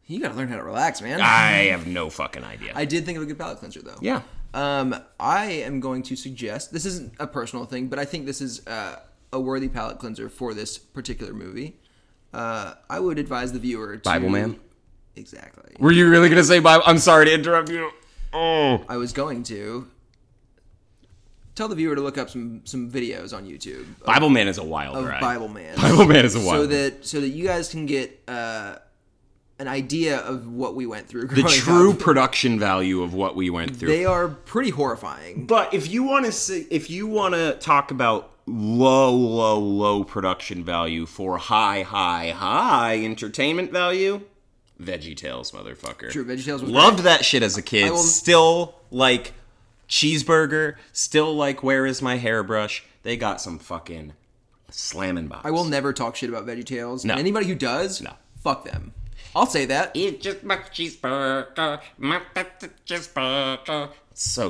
Speaker 1: you gotta learn how to relax man
Speaker 3: I have no fucking idea.
Speaker 1: i did think of a good palate cleanser though
Speaker 3: Ah. yeah.
Speaker 1: Um, I am going to suggest this isn't a personal thing, but I think this is uh, a worthy palate cleanser for this particular movie. Uh, I would advise the viewer to
Speaker 3: Bible Man?
Speaker 1: Exactly.
Speaker 3: Were you really going to say Bible? I'm sorry to interrupt you. Oh.
Speaker 1: I was going to tell the viewer to look up some some videos on YouTube of
Speaker 3: Bible Man is a wild ride.
Speaker 1: Bible Man.
Speaker 3: [LAUGHS] Bible Man is a wild
Speaker 1: so
Speaker 3: ride.
Speaker 1: that so that you guys can get uh, an idea of what we went through.
Speaker 3: the
Speaker 1: growing
Speaker 3: true [LAUGHS]
Speaker 1: up.
Speaker 3: production value of what we went through.
Speaker 1: They are pretty horrifying.
Speaker 3: But if you want to see, if you want to talk about low, low, low production value for high, high, high entertainment value, Veggie Tales, motherfucker.
Speaker 1: True, VeggieTales was
Speaker 3: Loved that shit as a kid.
Speaker 1: will-
Speaker 3: Still like cheeseburger. Still like where is my hairbrush? They got some fucking slamming box.
Speaker 1: I will never talk shit about VeggieTales.
Speaker 3: No.
Speaker 1: And anybody who does,
Speaker 3: No.
Speaker 1: fuck them. I'll say that.
Speaker 3: eat just my cheeseburger. My cheeseburger. So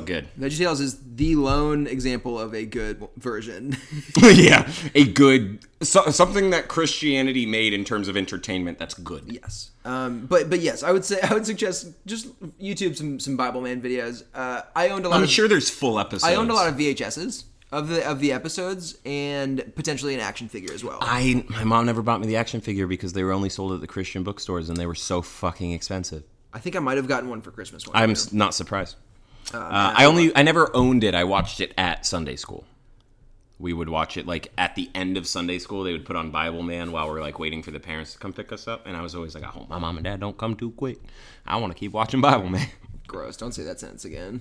Speaker 1: [LAUGHS]
Speaker 3: good.
Speaker 1: VeggieTales is the lone example of a good version. [LAUGHS]
Speaker 3: yeah, a good so, something that Christianity made in terms of entertainment. That's good.
Speaker 1: yes. Um, but but yes, I would say [LAUGHS] I would suggest just YouTube some some Bible Man videos. Uh, I owned a lot
Speaker 3: I'm
Speaker 1: of
Speaker 3: sure there's full episodes.
Speaker 1: I owned a lot of VHSs of the of the episodes and potentially an action figure as well.
Speaker 3: I my mom never bought me the action figure because they were only sold at the Christian bookstores and they were so fucking expensive.
Speaker 1: I think I might have gotten one for Christmas. One
Speaker 3: I'm
Speaker 1: year.
Speaker 3: s- not surprised.
Speaker 1: Oh,
Speaker 3: Uh, I only I never owned it. I watched it at Sunday school. We would watch it like at the end of Sunday school. They would put on Bible Man while we're like waiting for the parents to come pick us up. And I was always like, I hope my mom and dad don't come too quick. I want to keep watching Bible Man. [LAUGHS]
Speaker 1: gross. Don't say that sentence again.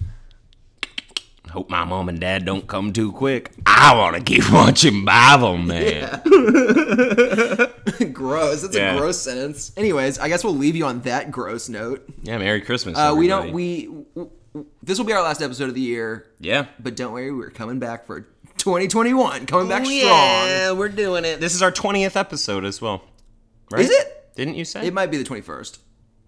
Speaker 3: Hope my mom and dad don't come too quick. I want to keep [LAUGHS] watching Bible Man.
Speaker 1: [LAUGHS] gross. That's
Speaker 3: Yeah.
Speaker 1: a gross sentence. Anyways, I guess we'll leave you on that gross note.
Speaker 3: Yeah, Merry Christmas.
Speaker 1: Uh, we
Speaker 3: everybody.
Speaker 1: don't. We w- w- this will be our last episode of the year,
Speaker 3: yeah.
Speaker 1: but don't worry, we're coming back for 2021. Coming back strong.
Speaker 3: Yeah, we're doing it. This is our 20th episode as well. Right?
Speaker 1: Is it?
Speaker 3: Didn't you say?
Speaker 1: It might be the 21st.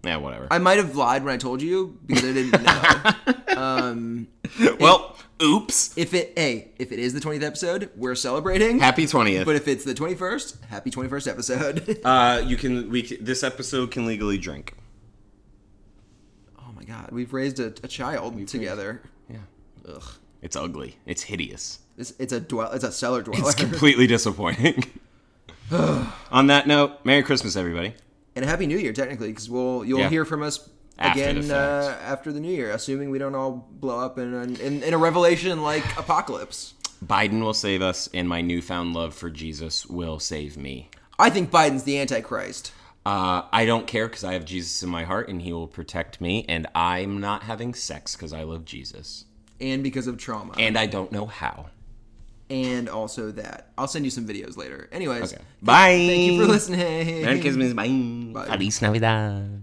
Speaker 3: yeah, whatever.
Speaker 1: I might have lied when I told you because I didn't
Speaker 3: [LAUGHS]
Speaker 1: know.
Speaker 3: well, oops.
Speaker 1: if it, hey, if it is the 20th episode, we're celebrating.
Speaker 3: Happy 20th.
Speaker 1: But if it's the 21st, happy 21st episode.
Speaker 3: uh, you can we c- this episode can legally drink.
Speaker 1: [LAUGHS] oh my God, we've raised a, a child together.
Speaker 3: Yeah. Ugh. It's ugly. It's hideous.
Speaker 1: It's, it's a dwell. It's a cellar dweller.
Speaker 3: It's completely disappointing. On that note, Merry Christmas, everybody.
Speaker 1: and a happy New Year, technically, because we'll you'll
Speaker 3: Yeah.
Speaker 1: hear from us
Speaker 3: After the
Speaker 1: again uh,
Speaker 3: fact.
Speaker 1: after the New Year, assuming we don't all blow up in an, in, in a revelation like apocalypse.
Speaker 3: Biden will save us, and my newfound love for Jesus will save me.
Speaker 1: I think Biden's the Antichrist.
Speaker 3: Uh, I don't care because I have Jesus in my heart, and He will protect me. And I'm not having sex because I love Jesus,
Speaker 1: And because of trauma. And,
Speaker 3: and I don't know how.
Speaker 1: also that. I'll send you some videos later. Anyways,
Speaker 3: Bye.
Speaker 1: thank you for listening.
Speaker 3: Merry Christmas. Bye. Feliz Navidad.